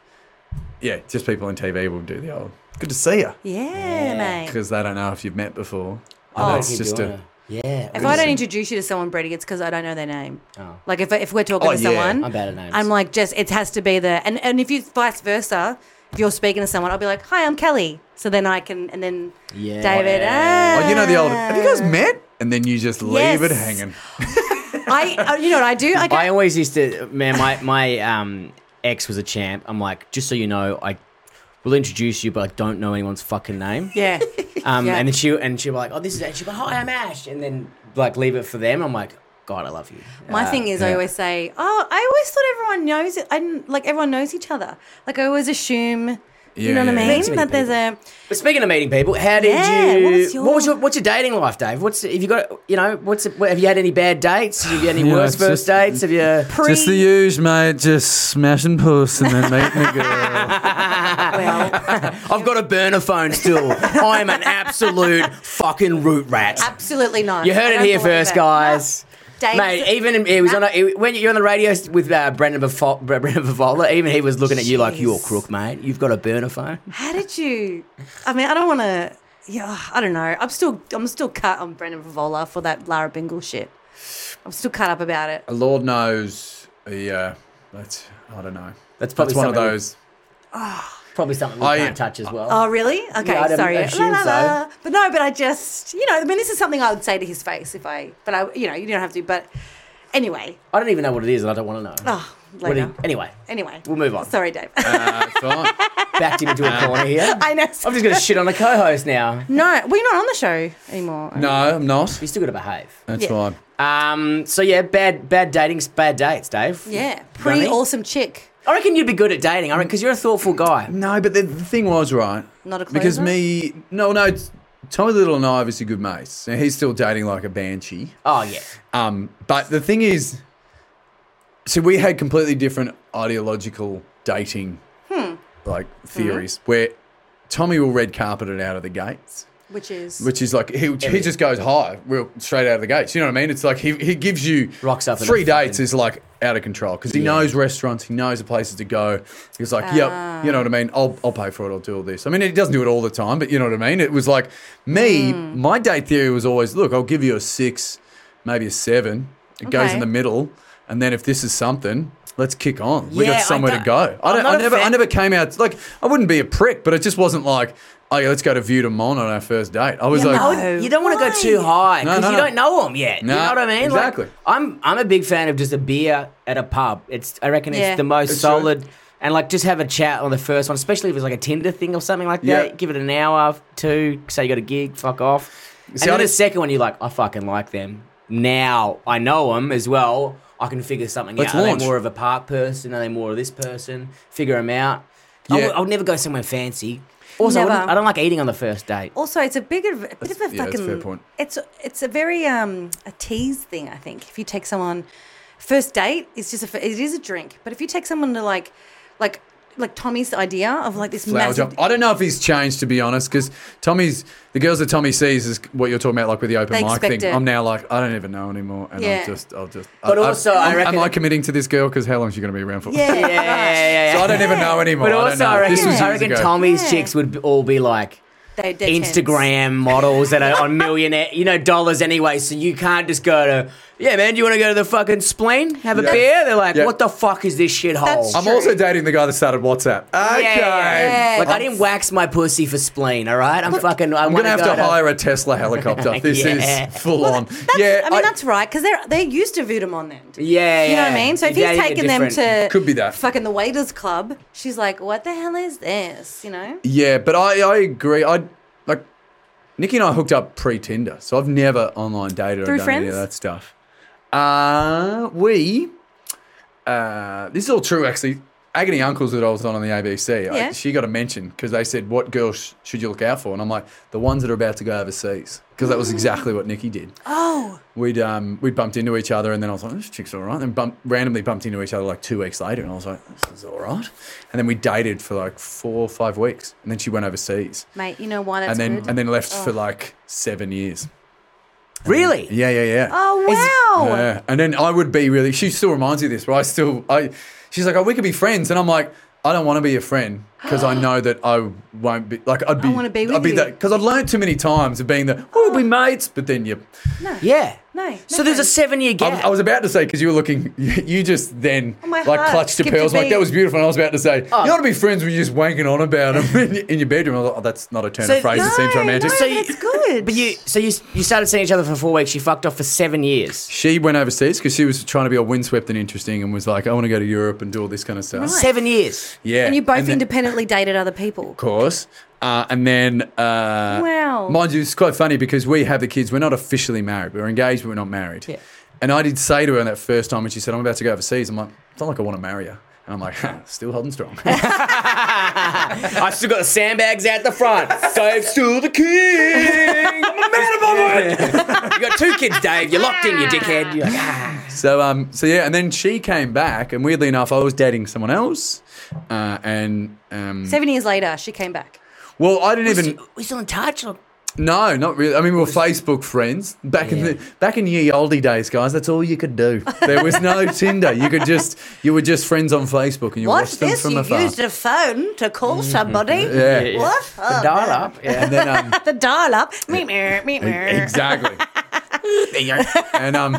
Speaker 4: yeah, just people on TV will do the old good to see you
Speaker 3: yeah, mate.
Speaker 4: because they don't know if you've met before.
Speaker 1: Oh,
Speaker 4: And that's just a
Speaker 1: yeah.
Speaker 3: If I
Speaker 4: see
Speaker 3: don't
Speaker 4: you.
Speaker 3: introduce you to someone, Brady, it's because I don't know their name.
Speaker 1: Oh.
Speaker 3: Like if, if we're talking
Speaker 4: Oh,
Speaker 3: to
Speaker 4: yeah.
Speaker 3: someone,
Speaker 1: I'm bad at names.
Speaker 3: I'm like, just it has to be the and and if you vice versa, if you're speaking to someone, I'll be like, hi, I'm Kelly. So then I can and then
Speaker 1: Yeah.
Speaker 3: David.
Speaker 1: Yeah.
Speaker 4: oh, you know the old. Have you guys
Speaker 3: ah."
Speaker 4: met? And then you just leave it
Speaker 3: Yes.
Speaker 4: hanging.
Speaker 3: I uh, you know what I do? I go,
Speaker 1: I always used to, man. My my um, ex was a champ. I'm like, just so you know, I will introduce you, but I don't know anyone's fucking name.
Speaker 3: yeah.
Speaker 1: Um,
Speaker 3: yeah.
Speaker 1: and then she and she was like, oh, this is and she. Like, Hi, I'm Ash, and then like leave it for them. I'm like, God, I love you.
Speaker 3: My
Speaker 1: Uh,
Speaker 3: thing is, I
Speaker 4: yeah.
Speaker 3: always say, "Oh, I always thought everyone knows it. I didn't, like everyone knows each other. Like I always assume,
Speaker 4: Yeah,
Speaker 3: you know what
Speaker 4: yeah,
Speaker 3: I
Speaker 4: yeah.
Speaker 3: mean?
Speaker 1: Too many
Speaker 3: That there's a
Speaker 1: But speaking of meeting people, how did
Speaker 3: Yeah,
Speaker 1: you?
Speaker 3: what was your-
Speaker 1: what's your dating life, Dave? What's have you got? You know, what's what, have you had any bad dates? Have you had [sighs] any
Speaker 4: Yeah,
Speaker 1: worse
Speaker 4: it's
Speaker 1: first
Speaker 4: just-
Speaker 1: dates? Have you?
Speaker 3: pre
Speaker 4: Just the huge, mate. Just smashing puss and then meeting a
Speaker 3: [laughs]
Speaker 4: girl.
Speaker 3: well,
Speaker 1: I've got a burner phone
Speaker 3: [laughs]
Speaker 1: still. I'm an absolute fucking root rat.
Speaker 3: absolutely not.
Speaker 1: You
Speaker 3: I
Speaker 1: heard it
Speaker 3: don't
Speaker 1: here
Speaker 3: believe
Speaker 1: first,
Speaker 3: it.
Speaker 1: guys.
Speaker 3: Dates-
Speaker 1: Mate, even in- it was on a, it- when you're on the radio s- with uh, Brendan Befo- Bre- Brendan Favola, even he was looking at you like
Speaker 3: Jeez.
Speaker 1: you're a crook, mate. You've got a burner phone.
Speaker 3: How did you? I mean, I don't want to. Yeah, I don't know. I'm still, I'm still cut on Brendan Favola for that Lara Bingle shit. I'm still cut up about it.
Speaker 4: Lord knows. Yeah, that's. I don't know.
Speaker 1: That's probably
Speaker 4: That's one of
Speaker 1: something- [laughs]
Speaker 4: those.
Speaker 1: Probably something we
Speaker 4: I-
Speaker 1: can't touch as well.
Speaker 3: Oh, really? Okay,
Speaker 1: Yeah, I'd
Speaker 3: sorry.
Speaker 1: assume
Speaker 3: But no, but I just, you know, I mean, this is something I would say to his face if I, but I, you know, you don't have to. But anyway,
Speaker 1: I don't even know what it is, and I don't want to know.
Speaker 3: oh,
Speaker 1: What do
Speaker 3: later.
Speaker 1: you- anyway,
Speaker 3: Anyway,
Speaker 1: We'll move on.
Speaker 3: Sorry, Dave.
Speaker 4: Uh, fine.
Speaker 1: backed him into a corner here.
Speaker 3: [laughs] I know.
Speaker 1: I'm just going to shit on a co-host now.
Speaker 3: no, we're not on the show anymore.
Speaker 4: no, I'm not.
Speaker 1: You still got to behave.
Speaker 4: That's
Speaker 3: Yeah.
Speaker 4: fine.
Speaker 1: Um, so yeah, bad bad dating, bad dates, Dave.
Speaker 3: Yeah,
Speaker 1: Running.
Speaker 3: pretty awesome chick.
Speaker 1: I reckon you'd be good at dating. I reckon because you're a thoughtful guy.
Speaker 4: No, but the, the thing was right.
Speaker 3: Not a
Speaker 4: because
Speaker 3: closer?
Speaker 4: me. No, no. it's- Tommy Little and I are obviously good mates. Now, he's still dating like a banshee.
Speaker 1: Oh yeah.
Speaker 4: Um, but the thing is, so we had completely different ideological dating
Speaker 3: Hmm.
Speaker 4: like theories. Where Tommy will red carpet it out of the gates,
Speaker 3: Which is
Speaker 4: which is like he, he just goes high, real straight out of the gates. You know what I mean? It's like he, he gives you
Speaker 1: Rocks up in
Speaker 4: three
Speaker 1: a
Speaker 4: dates
Speaker 1: fucking-
Speaker 4: is like out of control because he knows restaurants, he knows the places to go. He's like, yep, you know what I mean? I'll, I'll pay for it. I'll do all this. I mean, he doesn't do it all the time, but you know what I mean? It was like me,
Speaker 1: Hmm.
Speaker 4: my date theory was always, look, I'll give you a six, maybe a seven. It goes
Speaker 3: Okay.
Speaker 4: in the middle. And then if this is something, let's kick on. We
Speaker 1: Yeah, I
Speaker 4: got somewhere to
Speaker 1: don't-
Speaker 4: go. I
Speaker 1: I'm
Speaker 4: don't.
Speaker 1: not
Speaker 4: I
Speaker 1: a
Speaker 4: never. I
Speaker 1: fan-
Speaker 4: never [laughs] came out like I wouldn't be a prick, but it just wasn't like, oh yeah, let's go to View to Mon on our first date. I was
Speaker 3: Yeah,
Speaker 4: like,
Speaker 3: no,
Speaker 1: I would- you don't want to go
Speaker 3: Why?
Speaker 1: too high
Speaker 4: No,
Speaker 1: because
Speaker 4: no,
Speaker 1: you
Speaker 4: no.
Speaker 1: don't know them yet.
Speaker 4: No,
Speaker 1: you know what I mean? Like,
Speaker 4: exactly.
Speaker 1: I'm I'm a big fan of just a beer at a pub. It's I reckon
Speaker 3: Yeah.
Speaker 1: it's the most
Speaker 4: It's true.
Speaker 1: solid. And like, just have a chat on the first one, especially if it's like a Tinder thing or something like that.
Speaker 4: Yeah.
Speaker 1: Give it an hour, two. Say you got a gig, fuck off. and
Speaker 4: See, I
Speaker 1: then the
Speaker 4: don't-
Speaker 1: second one, you're like, I fucking like them. Now I know them as well. I can figure something
Speaker 4: Let's
Speaker 1: out. Are
Speaker 4: launch.
Speaker 1: they more of a park person? Are they more of this person? Figure them out. I
Speaker 4: Yeah.
Speaker 1: would- I would never go somewhere fancy. Also, I,
Speaker 3: Never.
Speaker 1: wouldn't- I don't like eating on the first date.
Speaker 3: Also, it's a big, of- a bit of a
Speaker 4: That's- yeah,
Speaker 3: fucking.
Speaker 4: that's a fair point.
Speaker 3: It's it's a very um a tease thing. I think if you take someone, first date is just a f- it is a drink. But if you take someone to like, like like Tommy's idea of like this
Speaker 4: Flower Oh.
Speaker 3: massive,
Speaker 4: Jump. I don't know if he's changed to be honest, because Tommy's the girls that Tommy sees is what you're talking about, like with the open
Speaker 3: They
Speaker 4: mic
Speaker 3: expect
Speaker 4: thing.
Speaker 3: it.
Speaker 4: I'm now like I don't even know anymore, and
Speaker 3: Yeah.
Speaker 4: I'll just, I'll just.
Speaker 1: But
Speaker 4: I- I-
Speaker 1: also, I
Speaker 4: am
Speaker 1: reckon-
Speaker 4: am I committing to this girl? Because how long is she going to be around [laughs] for?
Speaker 3: yeah,
Speaker 1: yeah, yeah,
Speaker 3: right.
Speaker 1: yeah, yeah.
Speaker 4: So I don't even know anymore.
Speaker 1: But
Speaker 4: I don't
Speaker 1: also,
Speaker 4: know.
Speaker 1: I reckon,
Speaker 4: this was
Speaker 1: I
Speaker 4: years
Speaker 1: reckon
Speaker 4: ago.
Speaker 1: Tommy's
Speaker 3: Yeah.
Speaker 1: chicks would be, all be like
Speaker 3: They- they're tense.
Speaker 1: Instagram models that are on millionaire, you know, dollars anyway. So you can't just go to, yeah, man, do you want to go to the fucking spleen, have a
Speaker 4: Yeah.
Speaker 1: beer? They're like,
Speaker 4: Yeah.
Speaker 1: what the fuck is this shithole?
Speaker 3: That's
Speaker 4: I'm also dating the guy that started WhatsApp.
Speaker 1: Yeah,
Speaker 4: Okay.
Speaker 1: yeah, yeah. Like, I
Speaker 4: I'm-
Speaker 1: didn't wax my pussy for spleen, all right? I'm fucking. I
Speaker 4: I'm
Speaker 1: want
Speaker 4: gonna
Speaker 1: to
Speaker 4: have
Speaker 1: go
Speaker 4: to
Speaker 1: to
Speaker 4: hire a Tesla helicopter. This
Speaker 1: Yeah.
Speaker 4: is full on.
Speaker 3: That's,
Speaker 4: Yeah,
Speaker 3: I mean that's right because they're they're used to Vudamon then.
Speaker 1: Yeah,
Speaker 3: You know what I
Speaker 1: yeah.
Speaker 3: mean? So if
Speaker 1: Yeah,
Speaker 3: he's
Speaker 1: yeah,
Speaker 3: taking them
Speaker 1: different.
Speaker 3: to
Speaker 4: Could be that.
Speaker 3: fucking the waiters club, she's like, "What the hell is this?" You know?
Speaker 4: Yeah, but I, I agree. I like Nikki and I hooked up pre Tinder, so I've never online dated
Speaker 3: Through
Speaker 4: or done any of
Speaker 3: friends?
Speaker 4: that stuff. Uh we uh this is all true actually. Agony Uncles that I was on on the ABC, I-
Speaker 3: Yeah.
Speaker 4: she got a mention because they said, "What girls sh- should you look out for?" And I'm like, "The ones that are about to go overseas," because that was exactly what Nikki did.
Speaker 3: Oh,
Speaker 4: We'd um we bumped into each other, and then I was like, "This chick's all right." And bump, randomly bumped into each other like two weeks later, and I was like, "This is all right." And then we dated for like four or five weeks, and then she went overseas
Speaker 3: mate, you know why that's
Speaker 4: and then
Speaker 3: good? Oh.
Speaker 4: and then left for like seven years.
Speaker 1: Really?
Speaker 4: Yeah, yeah, yeah.
Speaker 3: oh wow.
Speaker 4: Yeah. And then I would be really. She still reminds me of this, where I still. I. She's like, oh, we could be friends, and I'm like, I don't want to be your friend
Speaker 3: [gasps]
Speaker 4: because I know that I won't be. Like, I'd be.
Speaker 3: wanna be
Speaker 4: I'd
Speaker 3: with
Speaker 4: be
Speaker 3: you.
Speaker 4: that because I've learned too many times of being the. Oh, we'll be mates, but then you.
Speaker 1: Yeah.
Speaker 3: No, no
Speaker 1: So there's a
Speaker 3: thanks.
Speaker 1: seven year
Speaker 4: I,
Speaker 1: gap.
Speaker 4: was- I was about to say because you were looking. [laughs] You, you just then
Speaker 3: Oh, my
Speaker 4: like
Speaker 3: heart
Speaker 4: clutched your
Speaker 3: skipped a
Speaker 4: pearls. Like
Speaker 3: beat. Oh.
Speaker 4: that was beautiful. And I was about to say, you ought to be friends when you're just wanking on about them [laughs] in, your- in your bedroom. I was like, oh, that's not a turn
Speaker 1: So-
Speaker 4: of phrase.
Speaker 1: No,
Speaker 4: that seems romantic.
Speaker 3: no.
Speaker 1: so you,
Speaker 3: That's good.
Speaker 1: But you, so you, you started seeing each other for four weeks. You fucked off for seven years.
Speaker 4: She went overseas because she was trying to be all windswept and interesting and was like, I want to go to Europe and do all this kind of stuff.
Speaker 3: Right.
Speaker 1: Seven years.
Speaker 4: Yeah.
Speaker 3: And you both
Speaker 4: then-
Speaker 3: independently dated other people.
Speaker 4: Of course. Uh, and then, uh,
Speaker 3: Wow.
Speaker 4: mind you, it's quite funny because we have the kids. We're not officially married. We're engaged, but we're not married.
Speaker 1: Yeah.
Speaker 4: And I did say to her that first time when she said, I'm about to go overseas, I'm like, it's not like I want to marry her. And I'm like, [laughs] "Huh, still holding strong. [laughs]
Speaker 1: I still got the sandbags out the front. Dave's still the king. I'm a man of my word. you got two kids, Dave. You're locked in, you dickhead. You're like, ah.
Speaker 4: [laughs] So um, so yeah, and then she came back, and weirdly enough, I was dating someone else, uh, and um,
Speaker 3: Seven years later, she came back.
Speaker 4: well, I didn't even
Speaker 1: We still in touch? Or-
Speaker 4: no, not really. I mean, we were Facebook friends back in
Speaker 1: Yeah.
Speaker 4: the back in ye oldie days, guys. That's all you could do. There
Speaker 3: [laughs]
Speaker 4: was no Tinder. You could just you were just friends on Facebook, and you
Speaker 3: What's
Speaker 4: watched them
Speaker 3: this?
Speaker 4: from
Speaker 3: You
Speaker 4: afar. Mm-hmm.
Speaker 3: used a phone to call somebody?
Speaker 4: yeah.
Speaker 3: What? [laughs] Oh,
Speaker 1: Dial up. Yeah. [laughs]
Speaker 4: And then
Speaker 3: [laughs]
Speaker 4: um,
Speaker 3: The dial up. Meet me, meet me.
Speaker 4: exactly. and um,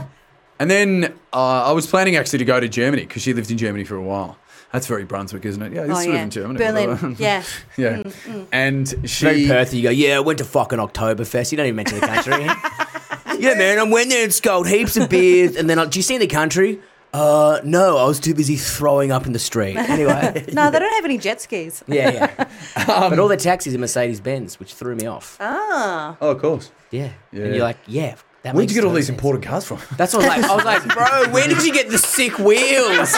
Speaker 4: and then uh, I was planning actually to go to Germany because she lived in Germany for a while. That's very Brunswick, isn't it? Yeah, it's
Speaker 3: Oh,
Speaker 4: sort
Speaker 3: yeah.
Speaker 4: of in Germany. [laughs]
Speaker 3: Berlin. yeah.
Speaker 4: Yeah. And
Speaker 1: Very
Speaker 4: she.
Speaker 1: Perth, you go, yeah, I went to fucking Oktoberfest. You don't even mention the [laughs] country. yeah, man, I went there and sculled heaps of beers. And then, I, do you see in the country? Uh, no, I was too busy throwing up in the street. Anyway. [laughs]
Speaker 3: No, they don't have any jet skis.
Speaker 1: Yeah, yeah. but all their taxis are Mercedes Benz, which threw me off.
Speaker 3: Ah.
Speaker 4: Oh, of course.
Speaker 1: yeah.
Speaker 4: Yeah.
Speaker 1: And you're like, yeah. That
Speaker 4: Where'd
Speaker 1: makes
Speaker 4: you get all
Speaker 1: total
Speaker 4: these
Speaker 1: sense.
Speaker 4: imported cars from?
Speaker 1: That's what I was like. I was like, bro, where did you get the sick wheels?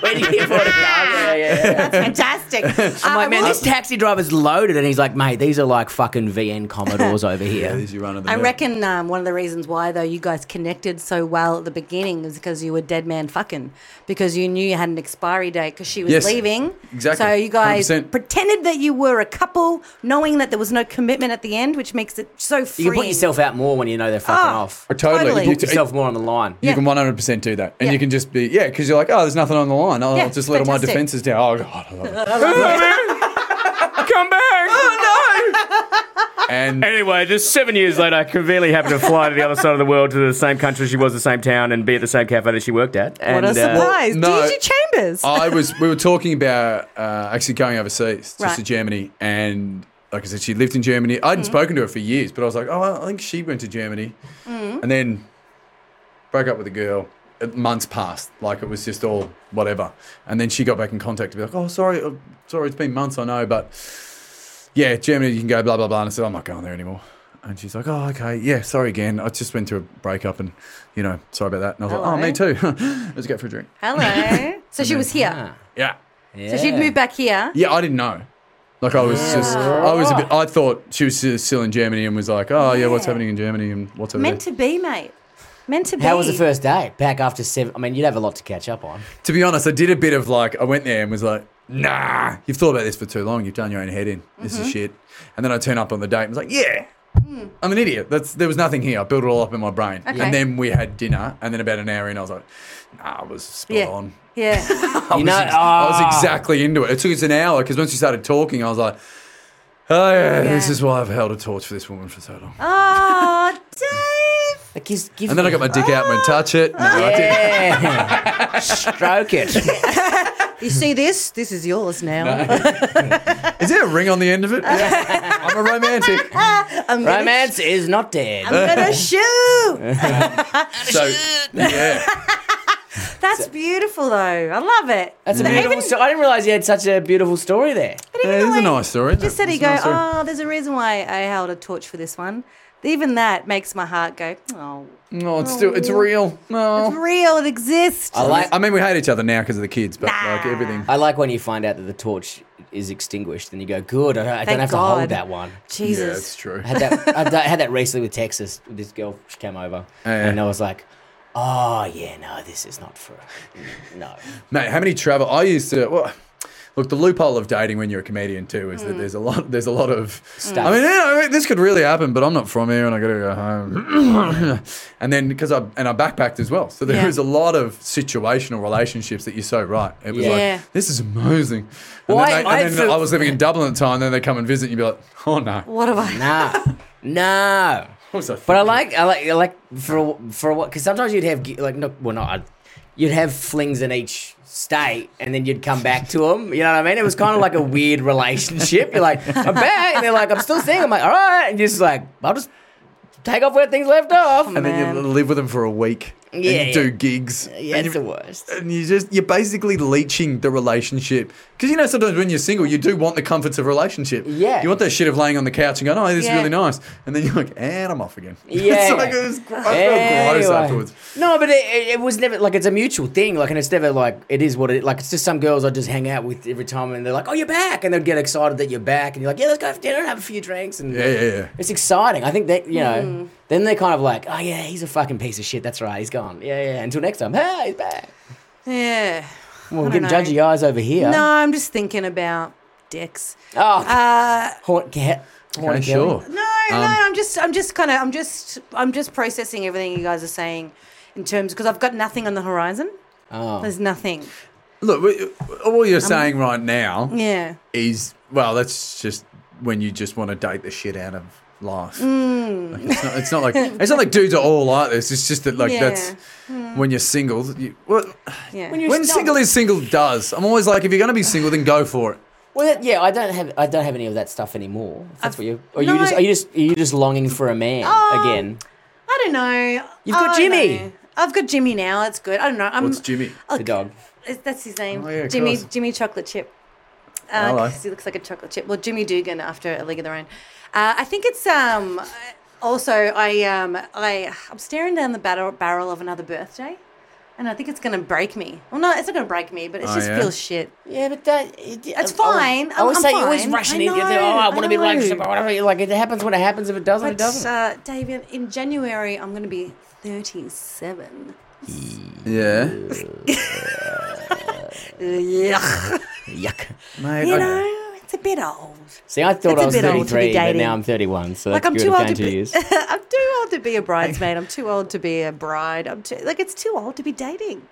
Speaker 1: Where did you
Speaker 3: [laughs]
Speaker 1: get imported cars? Yeah, yeah, yeah.
Speaker 4: [laughs]
Speaker 3: That's fantastic.
Speaker 1: I'm
Speaker 3: Uh, I
Speaker 1: like, man,
Speaker 3: will-
Speaker 1: this taxi driver's loaded. And he's like, mate, these are like fucking VN Commodores
Speaker 4: [laughs]
Speaker 1: over here.
Speaker 4: There's your run of the
Speaker 3: I
Speaker 4: mill.
Speaker 3: reckon um, one of the reasons why though you guys connected so well at the beginning is because you were dead man fucking because you knew you had an expiry date because she was
Speaker 4: Yes,
Speaker 3: leaving.
Speaker 4: exactly,
Speaker 3: So you guys
Speaker 4: 100%.
Speaker 3: pretended that you were a couple, knowing that there was no commitment at the end, which makes it so free.
Speaker 1: You can put yourself out more when you know they're fucking
Speaker 3: Oh,
Speaker 1: off.
Speaker 4: Oh, totally.
Speaker 3: totally.
Speaker 4: You,
Speaker 1: Put yourself more on the line.
Speaker 4: you
Speaker 3: Yeah.
Speaker 4: can 100% do that. And
Speaker 3: Yeah.
Speaker 4: you can just be, yeah, because you're like, oh, there's nothing on the line. I'll
Speaker 3: Yeah,
Speaker 4: just let all my
Speaker 3: fantastic. [laughs]
Speaker 4: defenses down. Oh, God. I love it.
Speaker 1: [laughs] Come back! Oh
Speaker 4: and
Speaker 5: Anyway, just seven years later, I conveniently happened to fly to the other side of the world to the same country she was, the same town, and be at the same cafe that she worked at. And, uh,
Speaker 6: What a
Speaker 1: uh,
Speaker 6: surprise.
Speaker 4: no. Oh.
Speaker 6: DG Chambers.
Speaker 4: [laughs] I was. We were talking about uh, actually going overseas, just
Speaker 3: Right.
Speaker 4: to Germany, and like I said, she lived in Germany. I hadn't spoken to her for years, but I was like, oh, I think she went to Germany, and then broke up with a girl. Uh, Months passed, like it was just all whatever, and then she got back in contact to be like, oh, sorry, uh, sorry, it's been months, I know, but yeah, Germany, you can go, blah blah blah. And I said, I'm not going there anymore. And she's like, oh, okay, yeah, sorry again. I just went through a breakup, and you know, sorry about that. And I was like, oh, me too. [laughs] Let's go for a drink. [laughs]
Speaker 3: Hello. so she was here.
Speaker 1: Ah,
Speaker 4: Yeah.
Speaker 1: yeah.
Speaker 3: So she'd moved back here.
Speaker 4: Yeah, I didn't know. Like I was just, I was a bit. I thought she was s- still in Germany and was like, oh yeah, what's
Speaker 3: Yeah.
Speaker 4: happening in Germany and what's over
Speaker 3: Meant
Speaker 4: there.
Speaker 3: to be, mate. Meant to be.
Speaker 1: How was the first day back after seven? I mean, you'd have a lot to catch up on.
Speaker 4: To be honest, I did a bit of like, I went there and was like, nah, you've thought about this for too long. You've done your own head in. This
Speaker 3: Mm-hmm.
Speaker 4: is shit. And then I turn up on the date and was like, yeah. I'm an idiot. That's there was nothing here. I built it all up in my brain,
Speaker 3: Hmm. Okay.
Speaker 4: and then we had dinner, and then about an hour in, I was like, "Nah, I was spot
Speaker 3: Yeah.
Speaker 4: on." [laughs]
Speaker 3: Yeah.
Speaker 1: You know,
Speaker 4: I was
Speaker 1: ah.
Speaker 4: exactly into it. It took us an hour because once you started talking, I was like, "Oh yeah, this
Speaker 3: Yeah.
Speaker 4: is why I've held a torch for this woman for so long."
Speaker 3: oh, Dave.
Speaker 1: Like, give- give
Speaker 4: And then I got my dick out and touch it. No, I didn't.
Speaker 1: Yeah. Stroke it.
Speaker 3: You see this? This is yours now.
Speaker 4: Is there a ring on the end
Speaker 3: [laughs]
Speaker 4: of it? I'm a romantic.
Speaker 3: Ah, I'm gonna
Speaker 1: Romance is not dead.
Speaker 3: I'm gonna shoot.
Speaker 4: So yeah,
Speaker 3: That's beautiful, though. I love it.
Speaker 1: That's a
Speaker 3: But
Speaker 1: beautiful
Speaker 3: even-
Speaker 1: story. I didn't realise you had such a beautiful story there.
Speaker 3: but even
Speaker 4: it
Speaker 3: the
Speaker 4: is a
Speaker 3: way
Speaker 4: nice story.
Speaker 3: you Just said he
Speaker 4: It's a
Speaker 3: go.
Speaker 4: nice story.
Speaker 3: Oh, there's a reason why I held a torch for this one. Even that makes my heart go. Oh,
Speaker 4: No, it's still it's real.
Speaker 3: it's
Speaker 4: No.
Speaker 3: real. It exists.
Speaker 1: I like.
Speaker 4: I mean, we hate each other now because of the kids, but like
Speaker 3: Nah.
Speaker 4: everything.
Speaker 1: I like when you find out that the torch is extinguished, and you go, "Good, I don't, I don't
Speaker 3: Thank
Speaker 1: have to
Speaker 3: God.
Speaker 1: hold that one."
Speaker 4: Yeah,
Speaker 3: Jesus.
Speaker 4: it's true.
Speaker 1: I had that. I had that- I had that recently with Texas. with This girl she came over,
Speaker 4: yeah.
Speaker 1: and I was like, "Oh yeah, no, this is not for no."
Speaker 4: Mate, how many travel? I used to. Well, look, the loophole of dating when you're a comedian too is that there's a lot. There's a lot of
Speaker 1: Hmm. Stuff.
Speaker 4: I mean, you know, this could really happen, but I'm not from here, and I got to go home. [clears throat] and then because I and I backpacked as well, so there
Speaker 3: Yeah.
Speaker 4: was a lot of situational relationships that you're so right. It was
Speaker 3: Yeah.
Speaker 4: like this is amazing. And
Speaker 1: Well,
Speaker 4: then,
Speaker 1: I- I
Speaker 4: they, and then
Speaker 1: feel-
Speaker 4: I was living in Dublin at the time. And then they come and visit, and you'd be like, oh no.
Speaker 3: What have I?
Speaker 1: No, no.
Speaker 4: was I
Speaker 1: but I
Speaker 4: thinking?
Speaker 1: like, I like, I like for for what? Because sometimes you'd have like, no, well, not. I'd- You'd have flings in each state, and then you'd come back to them. You know what I mean? It was kind of like a weird relationship. You're like, I'm back, and they're like, I'm still seeing. I'm like, all right, and you're just like, I'll just take off where things left off.
Speaker 4: And then you
Speaker 3: Man.
Speaker 4: live with them for a week. and you
Speaker 1: Yeah, yeah.
Speaker 4: do gigs.
Speaker 1: [laughs] Yeah,
Speaker 4: and
Speaker 1: it's
Speaker 4: you-
Speaker 1: the worst.
Speaker 4: and you just you're basically leeching the relationship because you know sometimes when you're single you do want the comforts of a relationship
Speaker 1: Yeah.
Speaker 4: you want that shit of laying on the couch and going oh this
Speaker 3: Yeah.
Speaker 4: is really nice and then you're like and I'm off again [laughs]
Speaker 1: Yeah.
Speaker 4: it's like it was, gr- I felt gross
Speaker 1: Anyway.
Speaker 4: afterwards
Speaker 1: No, but it, it, it was never like it's a mutual thing. Like, and it's never like it is what it like. It's just some girls I just hang out with every time, and they're like, "Oh, you're back," and they'll get excited that you're back, and you're like, "Yeah, let's go for dinner and have a few drinks." And
Speaker 4: yeah yeah yeah
Speaker 1: it's exciting. I think that you know.
Speaker 3: Hmm.
Speaker 1: Then they're kind of like, "Oh yeah, he's a fucking piece of shit. That's right, he's gone. Yeah, yeah." Until next time, hey, he's back.
Speaker 3: Yeah.
Speaker 1: Well, we're
Speaker 3: I don't
Speaker 1: getting judgy eyes over here.
Speaker 3: No, I'm just thinking about dicks.
Speaker 1: Oh,
Speaker 3: Uh,
Speaker 1: Horn, ca- Horn
Speaker 4: Okay,
Speaker 1: Kelly.
Speaker 4: sure
Speaker 3: no, no, I'm just, I'm just kind of, I'm just, I'm just processing everything you guys are saying in terms because I've got nothing on the horizon.
Speaker 1: Oh.
Speaker 3: There's nothing.
Speaker 4: look we- all you're saying right now
Speaker 3: Yeah.
Speaker 4: is well that's just when you just want to date the shit out of life
Speaker 1: Hmm.
Speaker 4: like it's, not, it's not like it's not like dudes are all like this it's just
Speaker 1: [laughs]
Speaker 4: that like
Speaker 3: Yeah.
Speaker 4: that's
Speaker 1: Hmm.
Speaker 4: when you're single you, well,
Speaker 3: Yeah.
Speaker 1: When you're
Speaker 4: When
Speaker 1: still-
Speaker 4: single is single does. I'm always like, if you're going to be single, then go for it.
Speaker 1: Well, that- yeah, I don't have I don't have any of that stuff anymore. If that's
Speaker 3: I've-
Speaker 1: what you or
Speaker 3: no.
Speaker 1: you just are you just are you just longing for a man
Speaker 3: Um,
Speaker 1: again?
Speaker 3: I don't know.
Speaker 1: You've got
Speaker 3: I don't
Speaker 1: Jimmy.
Speaker 3: know. I've got Jimmy now. That's good. I don't know. I'm, Oh,
Speaker 4: What's Jimmy?
Speaker 1: The dog.
Speaker 3: Is- That's his name.
Speaker 4: Oh, yeah, of
Speaker 3: Jimmy
Speaker 4: course.
Speaker 3: Jimmy Chocolate Chip.
Speaker 4: Hello.
Speaker 3: Because he looks like a chocolate chip. Well, Jimmy Dugan after A League of Their Own. Uh, I think it's um. Also, I um I I'm staring down the barrel barrel of another birthday, and I think it's gonna break me. Well, no, it's not gonna break me, but it
Speaker 4: Oh,
Speaker 3: just
Speaker 4: yeah?
Speaker 3: feels shit.
Speaker 1: Yeah, but that it,
Speaker 3: It's fine.
Speaker 1: I always
Speaker 3: I'm-
Speaker 1: say
Speaker 3: I'm
Speaker 1: you're always
Speaker 3: fine.
Speaker 1: rushing
Speaker 3: I
Speaker 1: in. You think,
Speaker 3: know,
Speaker 1: oh, I want to be in a
Speaker 3: I know.
Speaker 1: relationship or whatever. You're like it happens when it happens. If it doesn't, it
Speaker 3: But
Speaker 1: doesn't.
Speaker 3: uh, Dave, in- in January I'm gonna be 37.
Speaker 4: Yeah.
Speaker 3: Yuck.
Speaker 1: Yuck.
Speaker 4: Mate,
Speaker 3: You
Speaker 4: I-
Speaker 3: know, it's a bit old.
Speaker 1: See, I thought
Speaker 3: It's
Speaker 1: I
Speaker 3: a
Speaker 1: was
Speaker 3: bit old to be
Speaker 1: 33, but
Speaker 3: dating.
Speaker 1: now I'm 31. So
Speaker 3: like
Speaker 1: that's
Speaker 3: I'm
Speaker 1: good.
Speaker 3: too
Speaker 1: I've
Speaker 3: old
Speaker 1: gone
Speaker 3: to
Speaker 1: two
Speaker 3: be. [laughs]
Speaker 1: years.
Speaker 3: I'm
Speaker 4: [laughs]
Speaker 3: too old to be a bridesmaid. I'm too old to be a bride. I'm too like it's too old to be dating.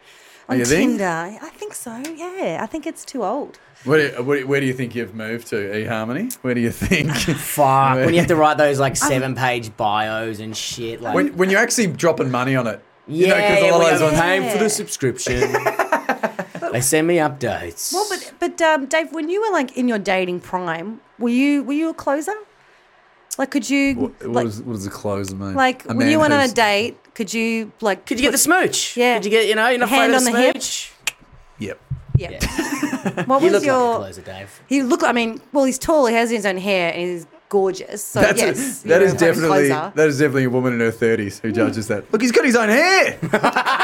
Speaker 3: on
Speaker 4: Oh, You think?
Speaker 3: Tinder. I think so. Yeah, I think it's too old.
Speaker 4: Where do, where, where do you think you've moved to, eHarmony? Where do you
Speaker 3: [laughs]
Speaker 4: think?
Speaker 1: Fuck. when you have to write those like seven page bios and shit. Like,
Speaker 4: [laughs] when, when you're actually dropping money on it.
Speaker 1: yeah,
Speaker 4: you know, 'cause a lot
Speaker 1: we
Speaker 4: of those
Speaker 1: are
Speaker 4: ones.
Speaker 1: paying for
Speaker 3: Yeah.
Speaker 1: the
Speaker 3: [laughs]
Speaker 1: subscription. they send me updates.
Speaker 3: Well, but but um, Dave, when you were like in your dating prime, were you were you a closer? Like, could you
Speaker 4: What, what,
Speaker 3: like
Speaker 4: does- what does a close mean?
Speaker 3: like
Speaker 4: A
Speaker 3: when
Speaker 4: man
Speaker 3: you went on a
Speaker 4: who's-
Speaker 3: date? Could you like?
Speaker 1: Could you get the smooch?
Speaker 3: Yeah.
Speaker 1: Could you get you know you're not
Speaker 3: Hand
Speaker 1: afraid of the
Speaker 3: on the hip.
Speaker 1: smooch?
Speaker 4: Yep.
Speaker 3: Yeah. what
Speaker 1: You
Speaker 3: was
Speaker 1: look
Speaker 3: your?
Speaker 1: like a closer, Dave.
Speaker 3: He looked. I mean, well, he's tall. He has his own hair, and he's gorgeous. So
Speaker 4: That's a-
Speaker 3: yes,
Speaker 4: that
Speaker 3: you
Speaker 4: is
Speaker 3: were a
Speaker 4: definitely
Speaker 3: closer. Mm.
Speaker 4: that is definitely a woman in her thirties who judges that. Look, he's got his own hair.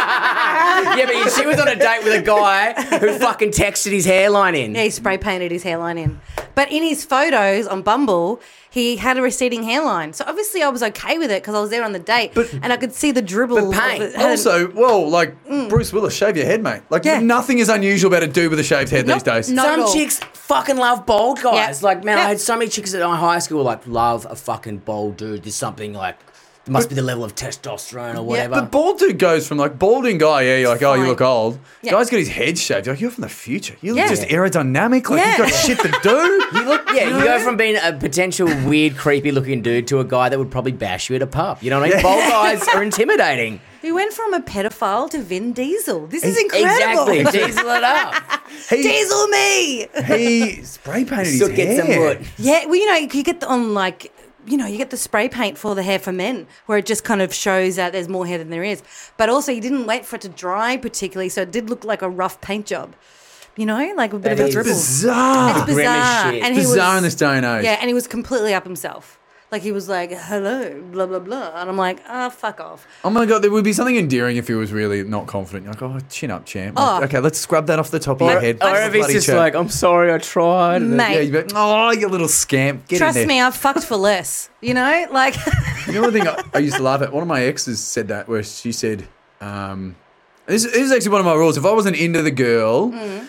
Speaker 1: yeah, but she was on a date
Speaker 3: [laughs]
Speaker 1: with a guy who fucking texted his hairline in.
Speaker 3: Yeah, he spray painted his hairline in. But in his photos on Bumble, he had a receding hairline. So obviously, I was okay with it because I was there on the date, and I could see the dribble.
Speaker 1: But paint.
Speaker 3: of it.
Speaker 4: [laughs] also, whoa, like Bruce Willis, shave your head, mate. Like
Speaker 3: Mm. Yeah.
Speaker 4: nothing is unusual about a dude with a shaved head
Speaker 3: Nope,
Speaker 4: these days.
Speaker 3: not at all.
Speaker 1: Some chicks fucking love bald guys.
Speaker 3: Yeah.
Speaker 1: Like, man,
Speaker 3: Yeah.
Speaker 1: I had so many chicks at my high school like love a fucking bald dude. There's something like it must be the level of testosterone or whatever.
Speaker 4: But bald dude goes from like balding guy, yeah, you're like, oh, you
Speaker 3: fine.
Speaker 4: look old.
Speaker 3: Yeah.
Speaker 4: Guy's got his head shaved. You're like, you're from the future. You look
Speaker 3: Yeah.
Speaker 4: just aerodynamic. Like
Speaker 3: Yeah.
Speaker 4: you got shit to do.
Speaker 1: you look, yeah, you go from being a potential weird, creepy looking dude to a guy that would probably bash you at a pub. You know what I mean? Bald guys are intimidating.
Speaker 3: He went from a pedophile to Vin Diesel. This is incredible.
Speaker 1: Exactly. Diesel it up.
Speaker 3: [laughs]
Speaker 4: He,
Speaker 3: Diesel me.
Speaker 4: he spray painted his
Speaker 1: Still
Speaker 4: hair.
Speaker 1: get some wood.
Speaker 3: Yeah, well, you know, you get the, on like, you know, you get the spray paint for the hair for men, where it just kind of shows that there's more hair than there is. But also, you didn't wait for it to dry particularly, so it did look like a rough paint job. You know, like a bit
Speaker 1: That
Speaker 3: of a
Speaker 1: is
Speaker 3: dribble.
Speaker 4: Bizarre.
Speaker 3: It's bizarre.
Speaker 1: shit.
Speaker 3: And he
Speaker 4: bizarre
Speaker 3: was,
Speaker 4: in this day and age.
Speaker 3: Yeah, and he was completely up himself. Like he was like, "Hello, blah blah blah," and I'm like, "Ah, fuck off."
Speaker 4: Oh my god, there would be something endearing if he was really not confident. You're like, oh, chin up, champ. Like,
Speaker 3: Oh.
Speaker 4: Okay, let's scrub that off the top of your head.
Speaker 5: Or if
Speaker 4: That's the
Speaker 5: he's
Speaker 4: bloody
Speaker 5: just
Speaker 4: shirt.
Speaker 5: like, I'm sorry, I tried. and then-
Speaker 4: yeah,
Speaker 3: Mate,
Speaker 4: you'd be like, oh, you little scamp. Get
Speaker 3: trust
Speaker 4: in there.
Speaker 3: me, I've fucked for less. You know, like, [laughs]
Speaker 4: You know the thing I, I used to laugh at? One of my exes said that, where she said, um, this, this is actually one of my rules. If I wasn't into the girl
Speaker 3: Mm.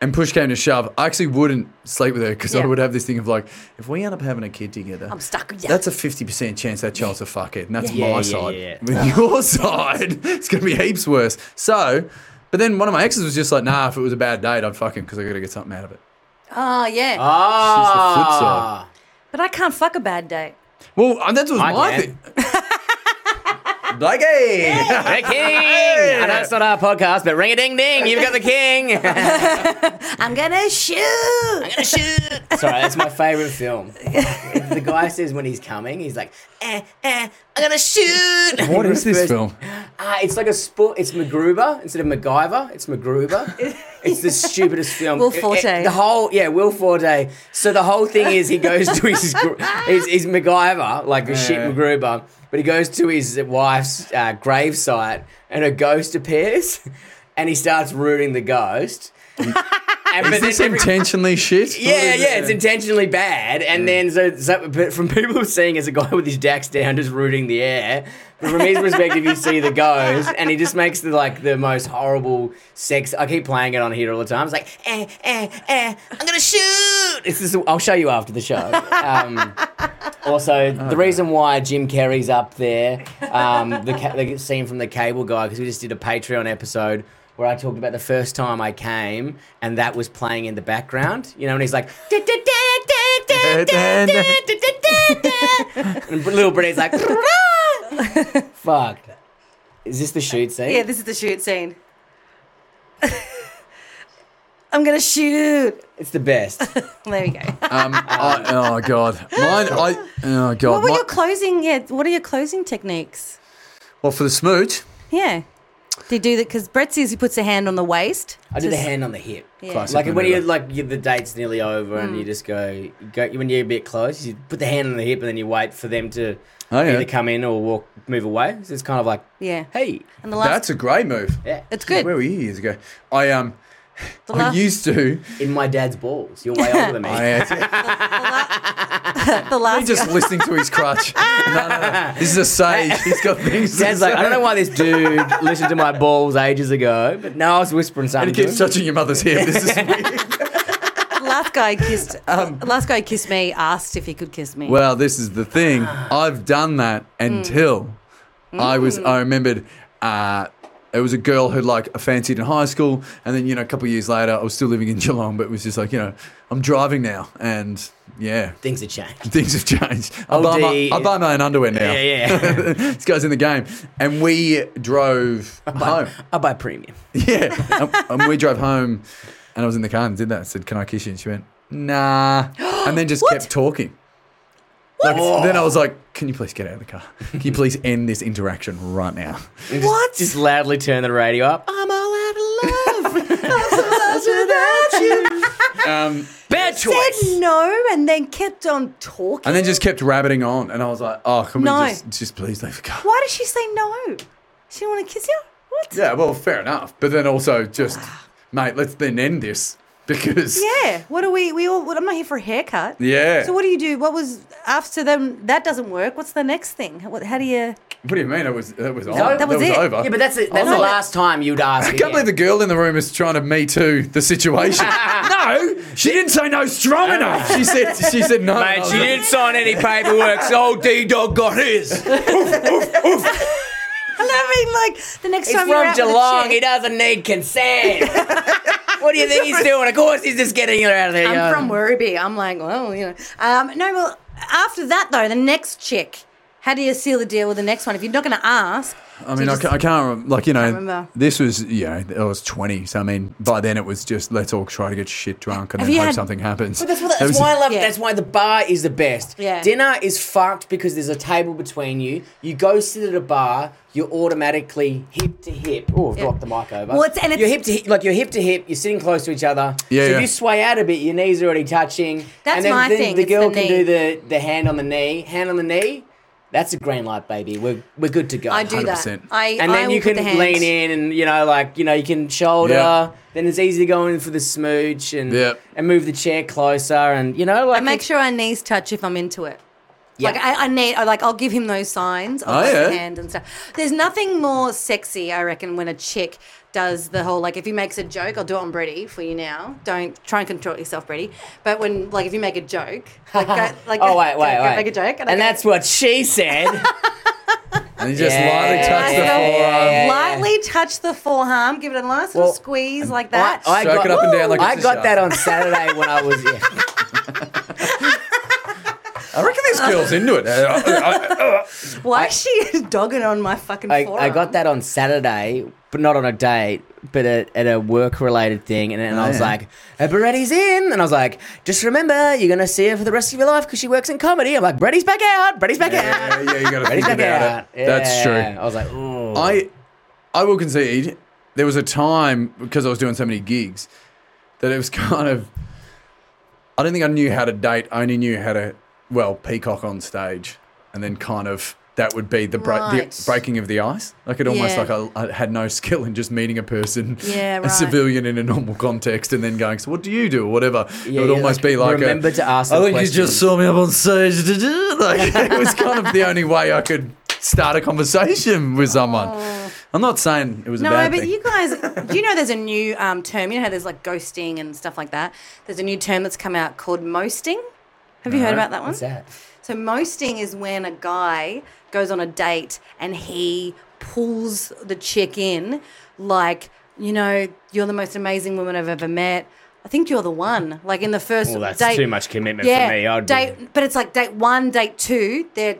Speaker 4: and push came to shove, I actually wouldn't sleep with her because I
Speaker 3: Yeah.
Speaker 4: would have this thing of like, if we end up having a kid together,
Speaker 3: I'm stuck with you.
Speaker 4: That's a 50% chance that child's a fuckhead. And that's
Speaker 1: Yeah,
Speaker 4: my
Speaker 1: yeah,
Speaker 4: side.
Speaker 1: yeah.
Speaker 4: [laughs] With your side, it's going to be heaps worse. So, but then one of my exes was just like, nah, if it was a bad date, I'd fuck him because I got to get something out of it.
Speaker 3: oh yeah,
Speaker 1: Ah.
Speaker 3: but I can't fuck a bad date.
Speaker 4: Well, uh, that was
Speaker 1: I
Speaker 4: my
Speaker 1: can.
Speaker 4: thing. [laughs] Blakey!
Speaker 1: The king! I know it's not our podcast, but ring a ding ding, you've got the king!
Speaker 4: [laughs]
Speaker 3: I'm gonna shoot.
Speaker 1: Sorry, that's my favourite film. the guy says when he's coming, he's like, eh, eh, I'm gonna shoot!
Speaker 4: What is this film?
Speaker 1: Ah, it's like a sport. It's MacGruber instead of MacGyver. It's
Speaker 3: [laughs]
Speaker 1: MacGruber. It's the stupidest film.
Speaker 3: Will
Speaker 1: It- it-
Speaker 3: Forte.
Speaker 1: the whole yeah, Will Forte. So the whole thing is he goes to his gr- his, his MacGyver like a shit MacGruber, but he goes to his wife's uh, gravesite and a ghost appears, [laughs] and he starts rooting the
Speaker 4: [laughs]
Speaker 1: ghost. And, but
Speaker 4: Is this
Speaker 1: then every-
Speaker 4: intentionally shit?
Speaker 1: [laughs] yeah, yeah,
Speaker 4: uh,
Speaker 1: it's intentionally bad. And then so, so but from people seeing as a guy with his dax down just rooting the air, but from his perspective, you see the ghost, and he just makes the like the most horrible sex. I keep playing it on here all the time. It's like eh, eh, eh. I'm gonna shoot. It's this. I'll show you after the show. Um, also, the reason why Jim Carrey's up there, um, the, ca- the scene from The Cable Guy, because we just did a Patreon episode where I talked about the first time I came and that was playing in the background. You know, and he's like, "Da, da, da, da, da, da, da, da, da, da." and little Brett's like, fuck. Is this the eh? shoot scene?
Speaker 3: Yeah, this is the shoot scene. [laughs] I'm gonna shoot.
Speaker 1: it's the best.
Speaker 3: There we go.
Speaker 4: Um, I, oh, God. Mine, I, oh, God.
Speaker 3: what were
Speaker 4: My-
Speaker 3: your closing? Yeah, what are your closing techniques?
Speaker 4: well, for the smooch,
Speaker 3: Yeah, do you do that? Because Brett's is he puts a hand on the waist.
Speaker 1: I do the
Speaker 3: Just-
Speaker 1: hand on the hip.
Speaker 3: Yeah. Mm.
Speaker 4: Classic
Speaker 1: Like when you
Speaker 4: maneuver.
Speaker 1: like you, the date's nearly over and you just go, you go when you're a bit close, you put the hand on the hip and then you wait for them to
Speaker 4: Oh, yeah.
Speaker 1: either come in or walk move away. So it's kind of like,
Speaker 3: Yeah.
Speaker 1: hey,
Speaker 3: And the last,
Speaker 4: that's a great move.
Speaker 1: yeah,
Speaker 3: it's good.
Speaker 4: Where were you years ago? I, um,
Speaker 3: The
Speaker 4: I [laughs]
Speaker 3: last,
Speaker 4: used to.
Speaker 1: [laughs] in my dad's balls. You're way older than me.
Speaker 4: I had to-
Speaker 3: the last.
Speaker 4: He's just listening to his
Speaker 1: [laughs]
Speaker 4: crutch. No, no, no. This is a sage. He's got things. to
Speaker 1: Dad's like, I don't know why this dude listened to my balls ages ago, but now I was whispering
Speaker 4: And
Speaker 1: something.
Speaker 4: he
Speaker 1: to
Speaker 4: keeps
Speaker 1: him.
Speaker 4: touching your mother's hip. This is weird.
Speaker 3: The last guy
Speaker 4: [laughs]
Speaker 3: kissed. the last guy who kissed me asked if he could kiss me.
Speaker 4: Um, well, this is the thing. I've done that until I was. I remembered. Uh, It was a girl who like I fancied in high school, and then you know a couple of years later, I was still living in [laughs] Geelong, but it was just like you know I'm driving now, and yeah, [laughs]
Speaker 1: Things have changed.
Speaker 4: things have changed. I buy, my,
Speaker 1: OD.
Speaker 4: I buy my own underwear now.
Speaker 1: Oh, Yeah, yeah.
Speaker 4: [laughs] this guy's in the game, and we drove home.
Speaker 1: I buy premium.
Speaker 4: Yeah, and, and Um, we drove home, and I was in the car and did that. I said, "Can I kiss you?" And she went, "Nah," and
Speaker 3: [gasps]
Speaker 4: then just kept talking. Like, Then I was like, "Can you please get out of the car? Can you please end this interaction right now?"
Speaker 3: What?
Speaker 1: Just loudly turn the radio up. I'm all out of love.
Speaker 4: Um,
Speaker 1: Bad choice.
Speaker 3: Said no and then kept on talking.
Speaker 4: and then just kept rabbiting on, and I was like, "Oh, can
Speaker 3: No.
Speaker 4: we just, just please leave the car?"
Speaker 3: Why did she say no? She didn't want to kiss you? What?
Speaker 4: Yeah, well, fair enough. But then also just, mate, let's then end this because
Speaker 3: Ah. Yeah. What are we? We all. What, I'm not here for a haircut.
Speaker 4: Yeah.
Speaker 3: So what do you do? What was after them? That doesn't work. What's the next thing? What, how do you?
Speaker 4: what do you mean? It was that was on.
Speaker 3: That
Speaker 4: That,
Speaker 3: was
Speaker 4: was,
Speaker 3: it.
Speaker 4: over.
Speaker 1: Yeah, but that's it. That's
Speaker 4: not-
Speaker 3: Oh,
Speaker 1: the last time you'd ask.
Speaker 4: I can't believe the girl in the room is trying to me too the [laughs] situation. no, she didn't say no strong enough. She said she said no.
Speaker 5: Mate,
Speaker 4: no,
Speaker 3: Oh,
Speaker 5: she
Speaker 4: no.
Speaker 5: didn't sign any paperwork. So old D Dog got his.
Speaker 3: And I mean, like the next
Speaker 1: He's
Speaker 3: time you're
Speaker 1: from
Speaker 3: out
Speaker 1: Geelong.
Speaker 3: with
Speaker 1: He
Speaker 3: a chick,
Speaker 1: doesn't need
Speaker 3: [laughs]
Speaker 1: consent. what do you think he's doing? Of course, he's just getting her out of there.
Speaker 3: I'm
Speaker 1: yeah.
Speaker 3: from Werribee. I'm like, well, you know. Um, no, well, after that though, the next chick. How do you seal the deal with the next one if you're not going to ask?
Speaker 4: I
Speaker 3: do
Speaker 4: mean,
Speaker 3: you
Speaker 4: I
Speaker 3: just-
Speaker 4: ca- I can't rem- like you know.
Speaker 3: remember.
Speaker 4: This was you know I was twenty, so I mean by then it was just let's all try to get shit drunk and
Speaker 3: Have
Speaker 4: then
Speaker 3: you
Speaker 4: hope
Speaker 3: had-
Speaker 4: something happens.
Speaker 1: But that's, what,
Speaker 4: That
Speaker 1: that's
Speaker 4: was-
Speaker 1: why I love.
Speaker 3: Yeah.
Speaker 1: That's why the bar is the best.
Speaker 3: Yeah.
Speaker 1: Dinner is fucked because there's a table between you. You go sit at a bar. You're automatically hip to hip. Oh, I've knocked the mic over.
Speaker 3: Well, it's- and
Speaker 1: you're
Speaker 3: it's-
Speaker 1: hip to hip, like you're hip to hip. You're sitting close to each other.
Speaker 4: Yeah,
Speaker 1: So
Speaker 4: yeah.
Speaker 1: if you sway out a bit, your knees are already touching.
Speaker 3: That's
Speaker 1: and then,
Speaker 3: my
Speaker 1: then
Speaker 3: thing,
Speaker 1: The
Speaker 3: it's the
Speaker 1: girl can
Speaker 3: knee.
Speaker 1: do the the hand on the knee, hand on the knee. That's a green light, baby. We're we're good to go.
Speaker 3: I do that.
Speaker 4: 100%.
Speaker 3: I
Speaker 1: And
Speaker 3: I
Speaker 1: then
Speaker 3: will
Speaker 1: you
Speaker 3: put
Speaker 1: can
Speaker 3: the hand.
Speaker 1: lean in and, you know, like, you know, you can shoulder.
Speaker 4: Yeah.
Speaker 1: Then it's easy to go in for the smooch and
Speaker 4: Yep.
Speaker 1: and move the chair closer and, you know, like.
Speaker 3: I make
Speaker 1: it's-
Speaker 3: sure our knees touch if I'm into it.
Speaker 1: Yeah.
Speaker 3: Like I, I need, I like I'll give him those signs. I'll
Speaker 4: Oh,
Speaker 3: hold
Speaker 4: yeah.
Speaker 3: his hand and stuff. There's nothing more sexy, I reckon, when a chick does the whole like if he makes a joke, I'll do it on Brady for you now. Don't try and control yourself, Brady. But when like if you make a joke,
Speaker 1: [laughs]
Speaker 3: like, go, like
Speaker 1: oh, wait,
Speaker 3: go-
Speaker 1: wait,
Speaker 3: go
Speaker 1: wait.
Speaker 3: make a joke,
Speaker 1: And,
Speaker 3: I go,
Speaker 1: that's what she
Speaker 3: [laughs]
Speaker 1: said.
Speaker 4: and you just
Speaker 1: Yeah.
Speaker 4: lightly touch
Speaker 3: Lightly
Speaker 4: the
Speaker 1: Yeah,
Speaker 4: forearm.
Speaker 1: yeah, yeah.
Speaker 3: lightly touch the forearm, give it a nice little
Speaker 1: Well,
Speaker 3: squeeze like
Speaker 1: I,
Speaker 3: that.
Speaker 1: I
Speaker 4: Soak
Speaker 1: got,
Speaker 4: it up and down like
Speaker 1: I
Speaker 4: it's a
Speaker 1: got
Speaker 4: shot.
Speaker 1: that on Saturday when I was.
Speaker 3: [laughs]
Speaker 1: Yeah.
Speaker 4: I reckon [laughs] this girl's into it. Uh, uh, uh,
Speaker 3: Why is she [laughs] dogging on my fucking
Speaker 1: I,
Speaker 3: forearm?
Speaker 1: I got that on Saturday, but not on a date, but at, at a work related thing. And, and I was
Speaker 4: Oh, yeah.
Speaker 1: like, hey, Beretti's in. And I was like, just remember, you're going to see her for the rest of your life because she works in comedy. I'm like, Beretti's back out. Beretti's back out.
Speaker 4: yeah, yeah, you got to think
Speaker 1: Check it
Speaker 4: about
Speaker 1: out.
Speaker 4: it. That's true.
Speaker 1: Yeah. I was like, ooh.
Speaker 4: I I will concede there was a time because I was doing so many gigs that it was [laughs] kind of I don't think I knew how to date. I only knew how to well peacock on stage, and then kind of that would be the, break
Speaker 3: Right.
Speaker 4: the breaking of the ice. Like it almost
Speaker 3: Yeah.
Speaker 4: like I, I had no skill in just meeting a person,
Speaker 3: Yeah,
Speaker 4: [laughs] a
Speaker 3: right.
Speaker 4: civilian in a normal context, and then going, "So what do you do?" or whatever. it
Speaker 1: Yeah,
Speaker 4: would
Speaker 1: yeah,
Speaker 4: almost
Speaker 1: like,
Speaker 4: be like, a-
Speaker 1: remember to ask
Speaker 4: I
Speaker 1: the
Speaker 4: think you just
Speaker 1: question."
Speaker 4: saw me up on stage. Did you? [laughs] Like it was kind of the only way I could start a conversation with someone. I'm not saying it was
Speaker 3: Oh. No,
Speaker 4: a bad
Speaker 3: but
Speaker 4: thing.
Speaker 3: you
Speaker 4: [laughs]
Speaker 3: guys, do you know there's a new um, term? You know how there's like ghosting and stuff like that? There's a new term that's come out called mosting. Have you heard about that one?
Speaker 1: What's that?
Speaker 3: So, mosting is when a guy goes on a date and he pulls the chick in, like, you know, you're the most amazing woman I've ever met. I think you're the one. Like in the first
Speaker 5: Well, that's
Speaker 3: date,
Speaker 5: too much commitment
Speaker 3: yeah,
Speaker 5: for me. I'd be-
Speaker 3: date, but it's like date one, date two. They're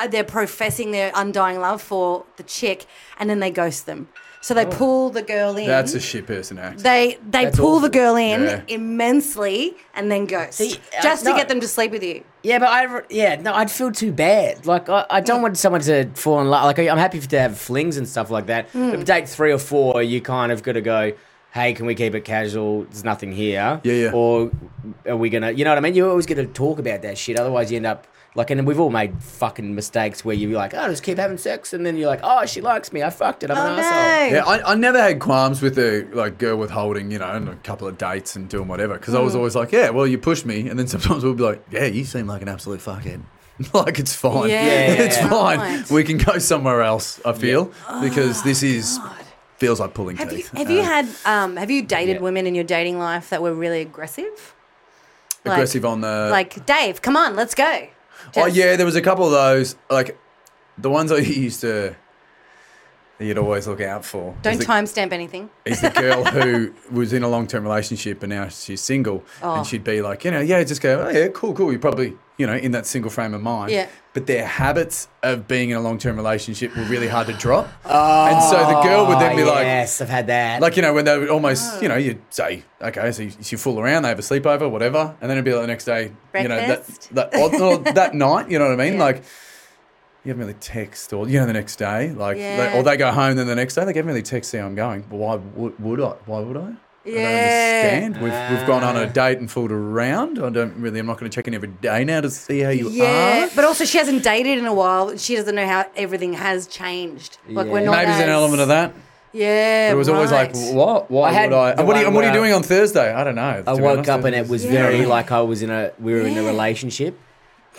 Speaker 3: uh, they're professing their undying love for the chick, and then they ghost them. So
Speaker 5: Oh.
Speaker 3: they pull the girl in.
Speaker 4: That's a shit person act.
Speaker 3: they they
Speaker 1: That's
Speaker 3: pull the
Speaker 1: awful.
Speaker 3: girl in
Speaker 4: Yeah.
Speaker 3: immensely and then ghost
Speaker 1: See, uh,
Speaker 3: just to
Speaker 1: no.
Speaker 3: get them to sleep with you.
Speaker 1: Yeah, but I yeah no, I'd feel too bad. Like I, I don't want someone to fall in love. Like I, I'm happy for to have flings and stuff like that. But date three or four, you kind of got to go. Hey, can we keep it casual? There's nothing here.
Speaker 4: Yeah, yeah.
Speaker 1: Or are we gonna? You know what I mean? You always got to talk about that shit. Otherwise, you end up like, and we've all made fucking mistakes where you're like, oh, just keep having sex, and then you're like, oh, she likes me. I fucked it. I'm
Speaker 3: Oh
Speaker 1: an asshole.
Speaker 3: no!
Speaker 4: yeah, I, I never had qualms with a like girl withholding, you know, and a couple of dates and doing whatever, because I was
Speaker 3: Mm.
Speaker 4: always like, yeah, well, you pushed me, and then [laughs] sometimes we'll be like, yeah, you seem like an absolute fuckhead. [laughs] like it's fine,
Speaker 3: Yeah. Yeah,
Speaker 1: yeah,
Speaker 4: [laughs] it's
Speaker 1: yeah.
Speaker 4: fine.
Speaker 3: Right.
Speaker 4: We can go somewhere else. I feel because this is feels like pulling
Speaker 3: Oh, Have you,
Speaker 4: teeth.
Speaker 3: have you
Speaker 4: Uh,
Speaker 3: had um, have you dated
Speaker 1: Yeah.
Speaker 3: women in your dating life that were really aggressive? Like-
Speaker 4: aggressive on the
Speaker 3: like Dave, come on, let's go.
Speaker 4: Oh
Speaker 3: Just-
Speaker 4: [laughs] yeah, there was a couple of those. Like the ones I used to you'd always look out for.
Speaker 3: Don't
Speaker 4: is the-
Speaker 3: timestamp anything.
Speaker 4: Is the girl
Speaker 3: [laughs]
Speaker 4: who was in a long term relationship and now she's single.
Speaker 3: Oh.
Speaker 4: And she'd be like, you know, yeah, just go, oh, yeah, cool, cool. You're probably, you know, in that single frame of mind.
Speaker 3: Yeah.
Speaker 4: But their habits of being in a long term relationship were really hard to drop.
Speaker 3: Oh,
Speaker 4: and so the girl would then be like,
Speaker 1: yes, I've had that.
Speaker 4: like, you know, when they would almost,
Speaker 3: Oh.
Speaker 4: you know, you'd say, okay, so you, you fool around, they have a sleepover, whatever. And then it'd be like the next day,
Speaker 3: Breakfast.
Speaker 4: you know, that, that, or, or
Speaker 3: [laughs]
Speaker 4: that night, you know what I mean?
Speaker 3: Yeah.
Speaker 4: Like, you haven't really text, or, you know, the next day, like,
Speaker 3: Yeah.
Speaker 4: they, or they go home, then the next day, they haven't really text, see how I'm going. Well, why would, would I? Why would I? I
Speaker 3: Yeah.
Speaker 4: don't understand. We've, we've gone on a date and fooled around. I don't really, I'm not going to check in every day now to see how you
Speaker 3: Yeah,
Speaker 4: are.
Speaker 3: but also she hasn't dated in a while. and She doesn't know how everything has changed. Like we're
Speaker 1: Yeah.
Speaker 3: not.
Speaker 4: Maybe there's an
Speaker 3: as-
Speaker 4: element of that.
Speaker 3: Yeah,
Speaker 4: But it was always like,
Speaker 3: right.
Speaker 4: what? Why
Speaker 1: I had
Speaker 4: would I?
Speaker 1: the
Speaker 4: And what, are
Speaker 1: one
Speaker 4: you, and what are
Speaker 1: where
Speaker 4: you
Speaker 1: I-
Speaker 4: doing on Thursday? I don't
Speaker 1: I
Speaker 4: know. to be
Speaker 1: woke
Speaker 4: honest.
Speaker 1: up and it was
Speaker 3: Yeah.
Speaker 1: very like I was in a we were in a
Speaker 3: Yeah.
Speaker 1: relationship.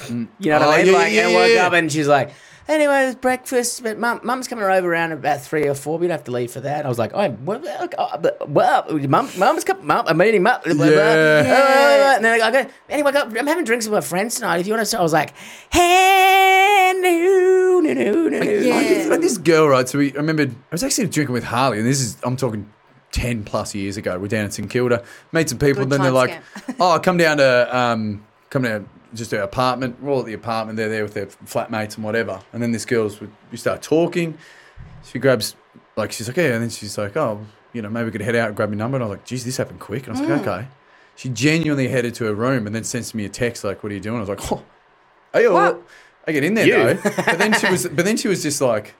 Speaker 1: You know what
Speaker 4: Oh,
Speaker 1: I mean?
Speaker 4: yeah,
Speaker 1: like,
Speaker 4: yeah,
Speaker 1: and
Speaker 4: yeah,
Speaker 1: woke
Speaker 4: yeah.
Speaker 1: up and she's like, anyway, it's breakfast, but mum, mum's coming over around about three or four. We'd have to leave for that. I was like, oh, what? oh, but- well, mum, mum's coming. Mum, I'm meeting mum. blah, blah, blah."
Speaker 4: Yeah.
Speaker 1: Uh, And then I go, anyway, I go, I'm having drinks with my friends tonight. If you want to, I was like, hey, no, no, no, no, no.
Speaker 4: Like,
Speaker 3: Yeah.
Speaker 1: [laughs]
Speaker 4: this- like this girl, right? So we, I remember I was actually drinking with Harley, and this is I'm talking ten plus years ago. We're down in St Kilda, meet some people,
Speaker 3: Good
Speaker 4: then they're
Speaker 3: time [laughs]
Speaker 4: like, "Oh, come down to um, come down just to our apartment." We're all at the apartment. They're there with their flatmates and whatever. And then this girl's we start talking. She grabs like she's like, "Yeah," and then she's like, "Oh, you know, maybe we could head out and grab your number." And I was like, "Geez, this happened quick." And I
Speaker 3: Mm.
Speaker 4: was like, "Okay." She genuinely headed to her room and then sends me a text like, "What are you doing?" I was like, "Oh." Hey, oh,
Speaker 3: What?
Speaker 4: I get in there
Speaker 5: You.
Speaker 3: [laughs]
Speaker 4: though. But then she was, but then she was just like,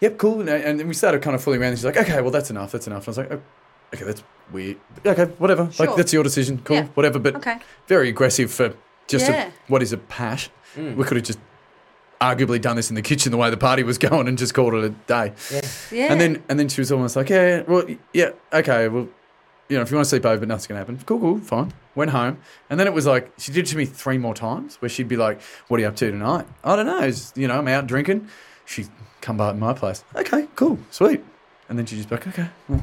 Speaker 4: "Yep, cool." And, and then we started kind of fooling around. And she's like, "Okay, well, that's enough. That's enough." And I was like, oh, "Okay, that's weird. Okay, whatever. Like
Speaker 3: Sure.
Speaker 4: that's your decision. Cool,
Speaker 3: Yeah.
Speaker 4: whatever." But
Speaker 3: Okay.
Speaker 4: very aggressive for just
Speaker 3: Yeah. Mm.
Speaker 4: a, what is a pat. We could have just arguably done this in the kitchen the way the party was going and just called it a day.
Speaker 3: Yeah.
Speaker 4: And then and then she was almost like, yeah, well, yeah, okay, well, you know, if you want to sleep over, but nothing's gonna happen. Cool, cool, fine. Went home, and then it was like she did it to me three more times, where she'd be like, "What are you up to tonight?" I don't know. It's, you know, I'm out drinking. She come by at my place. Okay, cool, sweet. And then she just be like, okay. well.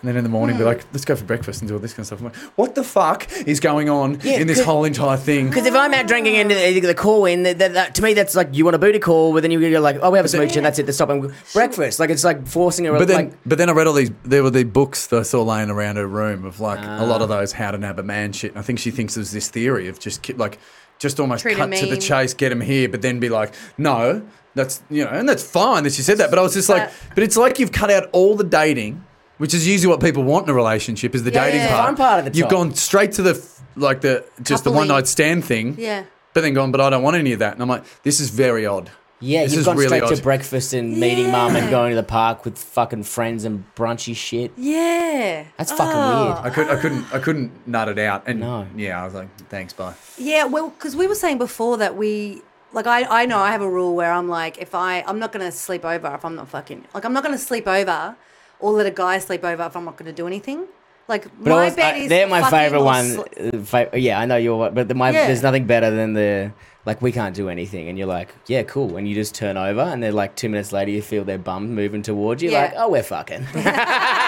Speaker 4: And then in the morning, be like, let's go for breakfast and do all this kind of stuff. I'm like, what the fuck is going on
Speaker 1: Yeah,
Speaker 4: in this
Speaker 1: 'cause-
Speaker 4: whole entire thing?
Speaker 1: Because if I'm out drinking and the, the call in, that, that, that, to me that's like you want a booty call, but then you go like, oh, we have a smooch and that's it. That's stop and breakfast. Like it's like forcing a
Speaker 4: But then,
Speaker 1: like
Speaker 4: but then I read all these. There were the books that I saw laying around her room of like a lot of
Speaker 3: Ah.
Speaker 4: those how to nab a man shit. And I think she thinks there's this theory of just ki- like just almost
Speaker 3: Treat 'em
Speaker 4: cut to the
Speaker 3: mean.
Speaker 4: chase, get him here, but then be like, no, that's you know, and that's fine that she said that. But I was just like,
Speaker 3: But-
Speaker 4: but it's like you've cut out all the dating, which is usually what people want in a relationship is the
Speaker 3: Yeah,
Speaker 4: dating
Speaker 3: yeah, yeah.
Speaker 4: part.
Speaker 1: Fun part of the
Speaker 4: you've
Speaker 1: time.
Speaker 4: gone straight to the f- like the just the
Speaker 3: Coupling.
Speaker 4: one night stand thing.
Speaker 3: yeah.
Speaker 4: But then gone, but I don't want any of that. And I'm like, this is very odd.
Speaker 1: yeah,
Speaker 4: this
Speaker 1: you've
Speaker 4: is
Speaker 1: gone
Speaker 4: really
Speaker 1: straight
Speaker 4: odd.
Speaker 1: to breakfast and meeting mum and
Speaker 3: Yeah.
Speaker 1: going to the park with fucking friends and brunchy shit.
Speaker 3: Yeah.
Speaker 1: That's fucking
Speaker 4: I
Speaker 3: Oh.
Speaker 1: weird.
Speaker 4: could, I couldn't, I couldn't nut it out. And
Speaker 1: No.
Speaker 4: yeah, I was like, thanks, bye.
Speaker 3: Yeah, well, because we were saying before that we like I, I know I have a rule where I'm like if I I'm not gonna sleep over if I'm not fucking like I'm not gonna sleep over or let a guy sleep over if I'm not gonna do anything. Like
Speaker 1: But
Speaker 3: my
Speaker 1: I was-
Speaker 3: bed
Speaker 1: I-
Speaker 3: is
Speaker 1: they're my
Speaker 3: fucking
Speaker 1: favorite
Speaker 3: or
Speaker 1: one.
Speaker 3: sl-
Speaker 1: uh, fa- yeah, I know you're. one, But the, my,
Speaker 3: Yeah.
Speaker 1: there's nothing better than the like we can't do anything, and you're like, yeah, cool, and you just turn over, and they're like two minutes later, you feel their bum moving towards you,
Speaker 3: Yeah.
Speaker 1: like, oh, we're fucking.
Speaker 3: [laughs]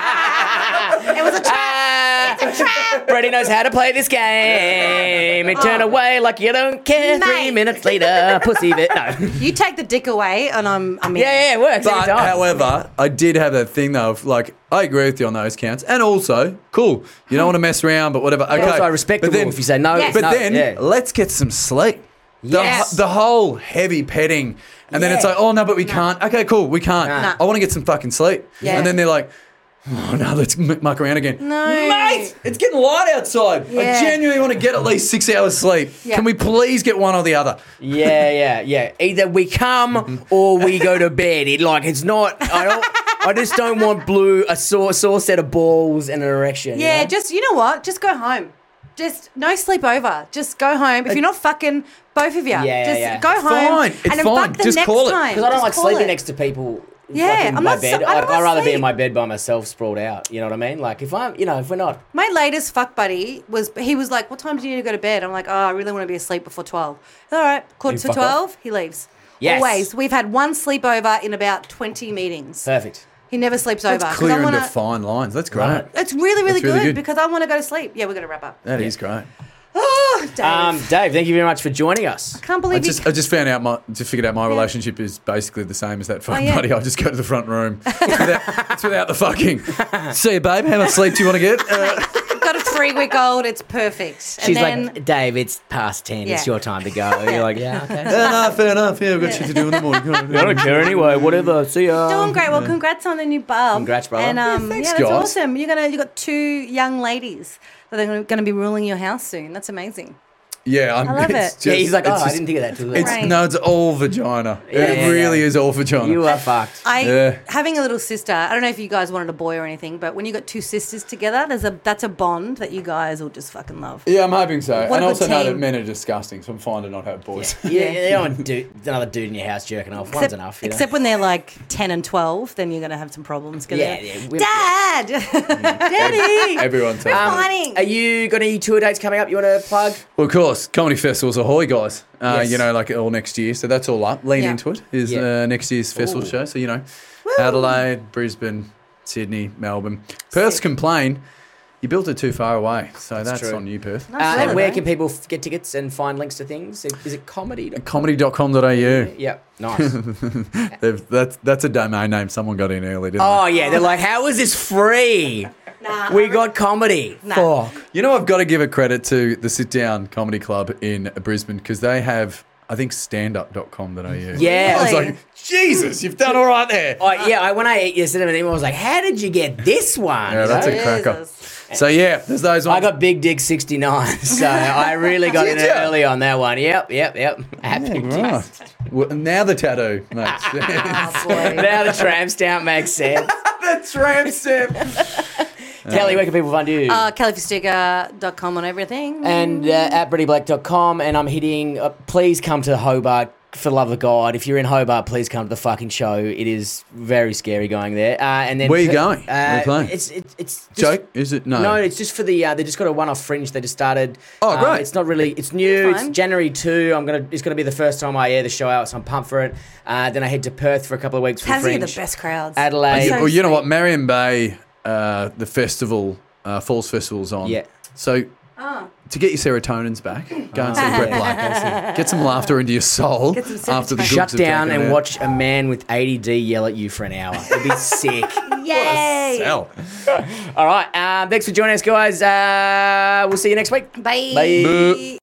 Speaker 3: it was a
Speaker 1: [laughs]
Speaker 3: trap.
Speaker 1: Brady knows how to play this game. And turn away like you don't care. Three
Speaker 3: Oh. Mate.
Speaker 1: minutes later, pussy bit.
Speaker 3: [laughs]
Speaker 1: No. yeah,
Speaker 3: you take the dick away and I'm I mean
Speaker 1: yeah, it works. every
Speaker 4: But
Speaker 1: time.
Speaker 4: however, I did have that thing though of like I agree with you on those counts, and also cool. You don't want to mess around, but whatever. Okay,
Speaker 1: Also, I respect
Speaker 4: but
Speaker 1: the rule. If you say no,
Speaker 3: Yes.
Speaker 4: but
Speaker 1: no,
Speaker 4: then
Speaker 1: yeah.
Speaker 4: let's get some sleep. The,
Speaker 1: Yes.
Speaker 4: the whole heavy petting, and then it's
Speaker 1: Yeah.
Speaker 4: like, oh no, but we can't. Okay, cool, we can't.
Speaker 1: Nah.
Speaker 4: I want to get some fucking sleep.
Speaker 3: Yeah.
Speaker 4: And then they're like, oh no, let's m- muck around again.
Speaker 3: No.
Speaker 4: mate, it's getting light outside. I
Speaker 3: Yeah.
Speaker 4: genuinely want to get at least six hours sleep.
Speaker 3: Yeah.
Speaker 4: Can we please get one or the other?
Speaker 1: yeah, yeah, yeah. Either we come or we go to bed. It like it's not. I don't. I just don't want blue a sore sore set of balls and an erection. you
Speaker 3: Yeah,
Speaker 1: know?
Speaker 3: just you know what? Just go home. Just no sleep over. Just go home. If you're not fucking both of you,
Speaker 1: Uh, yeah,
Speaker 3: just
Speaker 1: yeah.
Speaker 3: go
Speaker 4: It's
Speaker 3: home
Speaker 4: fine. It's
Speaker 3: and then
Speaker 4: fine.
Speaker 3: fuck the
Speaker 4: Just
Speaker 3: next
Speaker 4: call it.
Speaker 3: time.
Speaker 1: because I don't
Speaker 3: Just
Speaker 1: like
Speaker 3: call
Speaker 1: sleeping
Speaker 3: it.
Speaker 1: next to people.
Speaker 3: Yeah,
Speaker 1: like, in
Speaker 3: I'm
Speaker 1: my
Speaker 3: not so-
Speaker 1: bed.
Speaker 3: I don't
Speaker 1: like, I'd
Speaker 3: wanna
Speaker 1: rather be in
Speaker 3: sleep.
Speaker 1: my bed by myself, sprawled out. You know what I mean? Like if I'm, you know, if we're not,
Speaker 3: My latest fuck buddy was he was like, "What time do you need to go to bed?" I'm like, "Oh, I really want to be asleep before 12." All right, quarter
Speaker 1: You
Speaker 3: to
Speaker 1: fuck
Speaker 3: 12, he leaves.
Speaker 1: Yes.
Speaker 3: Always. We've had one sleepover in about 20 meetings.
Speaker 1: perfect.
Speaker 3: He never sleeps over.
Speaker 4: That's
Speaker 3: 'cause
Speaker 4: clear
Speaker 3: I wanna,
Speaker 4: and defined lines. That's great.
Speaker 1: Right.
Speaker 3: It's really, really,
Speaker 4: That's really
Speaker 3: good,
Speaker 4: good.
Speaker 3: because I want to go to sleep. Yeah, we're going to wrap up.
Speaker 4: That is great.
Speaker 3: [gasps] Oh, Dave.
Speaker 1: Um, Dave, thank you very much for joining us.
Speaker 3: Can't
Speaker 4: I
Speaker 3: believe you.
Speaker 4: just, I just found out my just figured out my relationship is basically the same as that fucking
Speaker 3: Oh, yeah.
Speaker 4: buddy. I just go to the front room. It's without, it's without the fucking. See you, babe. How much sleep do you want to get?
Speaker 3: [laughs]
Speaker 4: Uh,
Speaker 3: I've [laughs] got a three week old. It's perfect.
Speaker 1: She's
Speaker 3: and then
Speaker 1: like, Dave, it's past 10. It's
Speaker 3: Yeah.
Speaker 1: your time to go.
Speaker 3: [laughs]
Speaker 1: You're like, yeah, okay.
Speaker 4: fair enough, fair enough. Yeah, I've got shit to do in the morning.
Speaker 5: I
Speaker 3: [laughs]
Speaker 5: don't care anyway. Whatever. See ya.
Speaker 3: doing great. Well, congrats on the new bulb.
Speaker 1: Congrats, brother.
Speaker 3: And um, yeah,
Speaker 4: thanks,
Speaker 3: that's
Speaker 4: guys.
Speaker 3: awesome. You're gonna you got two young ladies that are going to be ruling your house soon. That's amazing.
Speaker 4: Yeah, I'm,
Speaker 3: I love
Speaker 4: it's
Speaker 3: it.
Speaker 4: Just,
Speaker 1: yeah, he's like, oh,
Speaker 4: it's
Speaker 1: I
Speaker 4: just-
Speaker 1: didn't think of that too.
Speaker 4: It's
Speaker 3: Right.
Speaker 4: no, it's all vagina. it
Speaker 1: yeah,
Speaker 4: really
Speaker 1: yeah.
Speaker 4: is all vagina.
Speaker 1: you are fucked.
Speaker 3: I
Speaker 4: Yeah.
Speaker 3: having a little sister. I don't know if you guys wanted a boy or anything, but when you got two sisters together, there's a that's a bond that you guys will just fucking love.
Speaker 4: yeah, I'm hoping so.
Speaker 3: What
Speaker 4: and
Speaker 3: a good
Speaker 4: also know
Speaker 3: team.
Speaker 4: that men are disgusting, so I'm fine to not have boys. [laughs]
Speaker 1: Yeah, you don't want dude, another dude in your house jerking off. One's
Speaker 3: Except,
Speaker 1: enough. You know?
Speaker 3: except when they're like ten and twelve, then you're gonna have some problems. 'cause
Speaker 1: Yeah,
Speaker 3: they're-
Speaker 1: yeah, we-
Speaker 3: Dad, [laughs]
Speaker 1: Mm.
Speaker 3: Daddy,
Speaker 4: Everyone's
Speaker 3: Um,
Speaker 4: um,
Speaker 3: Morning.
Speaker 1: Are you got any tour dates coming up? You want to plug?
Speaker 4: Well, of course, comedy festivals. Ahoy, guys! Uh,
Speaker 1: Yes.
Speaker 4: You know, like all next year. So that's all up. Lean
Speaker 3: Yeah.
Speaker 4: into it. Is
Speaker 1: Yeah.
Speaker 4: uh, next year's festival
Speaker 1: Ooh.
Speaker 4: show. So you know, Adelaide, Brisbane, Sydney, Melbourne. Perth's
Speaker 3: Sick.
Speaker 4: complain. You built it too far away, so that's,
Speaker 1: true.
Speaker 4: on you, Perth.
Speaker 1: Uh,
Speaker 3: Nice
Speaker 1: and
Speaker 3: weather,
Speaker 1: where
Speaker 3: though.
Speaker 1: can people f- get tickets and find links to things? Is it comedy?
Speaker 4: Comedy.com.au.
Speaker 1: Yep,
Speaker 4: [laughs]
Speaker 1: nice.
Speaker 4: They've, that's that's a domain name someone got in early, didn't
Speaker 1: oh yeah, they're like, how is this free?
Speaker 3: Nah.
Speaker 1: We got comedy.
Speaker 4: they? Fuck. You know, I've got to give a credit to the Sit Down Comedy Club in Brisbane because they have, I think, standup.com.au.
Speaker 1: Yeah. Oh.
Speaker 4: I was
Speaker 3: Really?
Speaker 4: like, Jesus, you've done all right there.
Speaker 1: I, yeah, I, when I ate yesterday, I was like, how did you get this one?
Speaker 4: Yeah,
Speaker 1: You
Speaker 4: that's
Speaker 1: know?
Speaker 4: a cracker.
Speaker 3: Jesus.
Speaker 4: So yeah, there's those ones.
Speaker 1: [laughs] I got Big Dick 69, [laughs] so I really got in
Speaker 4: Did ya?
Speaker 1: early on that one. Yep, yep, yep. [laughs] Happy.
Speaker 4: Yeah, right. well, now the tattoo makes sense.
Speaker 3: Oh,
Speaker 1: [laughs]
Speaker 3: boy.
Speaker 1: Now the tram stamp makes
Speaker 4: [laughs]
Speaker 1: sense.
Speaker 4: the tramp stamp.
Speaker 1: Kelly, where can people find you?
Speaker 3: uh, kellyfistiga.com on everything.
Speaker 1: and uh, at brittyblack.com. And I'm hitting, uh, please come to Hobart. For the love of God, if you're in Hobart, please come to the fucking show. It is very scary going there. Uh, and then
Speaker 4: Where you
Speaker 1: pe-
Speaker 4: going? Where you playing?
Speaker 1: It's it's it's just,
Speaker 4: Joke? Is it no?
Speaker 1: No, it's just for the. Uh, they just got a one-off fringe. They just started.
Speaker 4: Oh,
Speaker 1: Um,
Speaker 4: great.
Speaker 1: It's not really. It's new. It's
Speaker 3: Fine.
Speaker 1: January two. I'm gonna. It's gonna be the first time I air the show out, so I'm pumped for it. Uh, then I head to Perth for a couple of weeks for
Speaker 3: Tassie are
Speaker 1: fringe.
Speaker 3: the best crowds.
Speaker 1: Adelaide.
Speaker 4: You-
Speaker 3: so
Speaker 4: well, you know
Speaker 3: sweet.
Speaker 4: what? Marion Bay, uh, the festival, uh, Falls Festival's on.
Speaker 1: Yeah.
Speaker 4: So to get your serotonins back, go
Speaker 1: [laughs]
Speaker 4: and see Brett Black. Get some laughter into your soul
Speaker 3: Get some
Speaker 4: after the
Speaker 3: serotonin.
Speaker 1: Shut
Speaker 4: goods have
Speaker 1: down
Speaker 4: taken
Speaker 1: and
Speaker 4: out.
Speaker 1: watch a man with ADD yell at you for an hour. It'd
Speaker 4: [laughs]
Speaker 1: be sick.
Speaker 3: Yay.
Speaker 4: Hell.
Speaker 1: All right. Um, thanks for joining us, guys. Uh, we'll see you next week.
Speaker 3: Bye.
Speaker 1: Bye.
Speaker 4: Boo.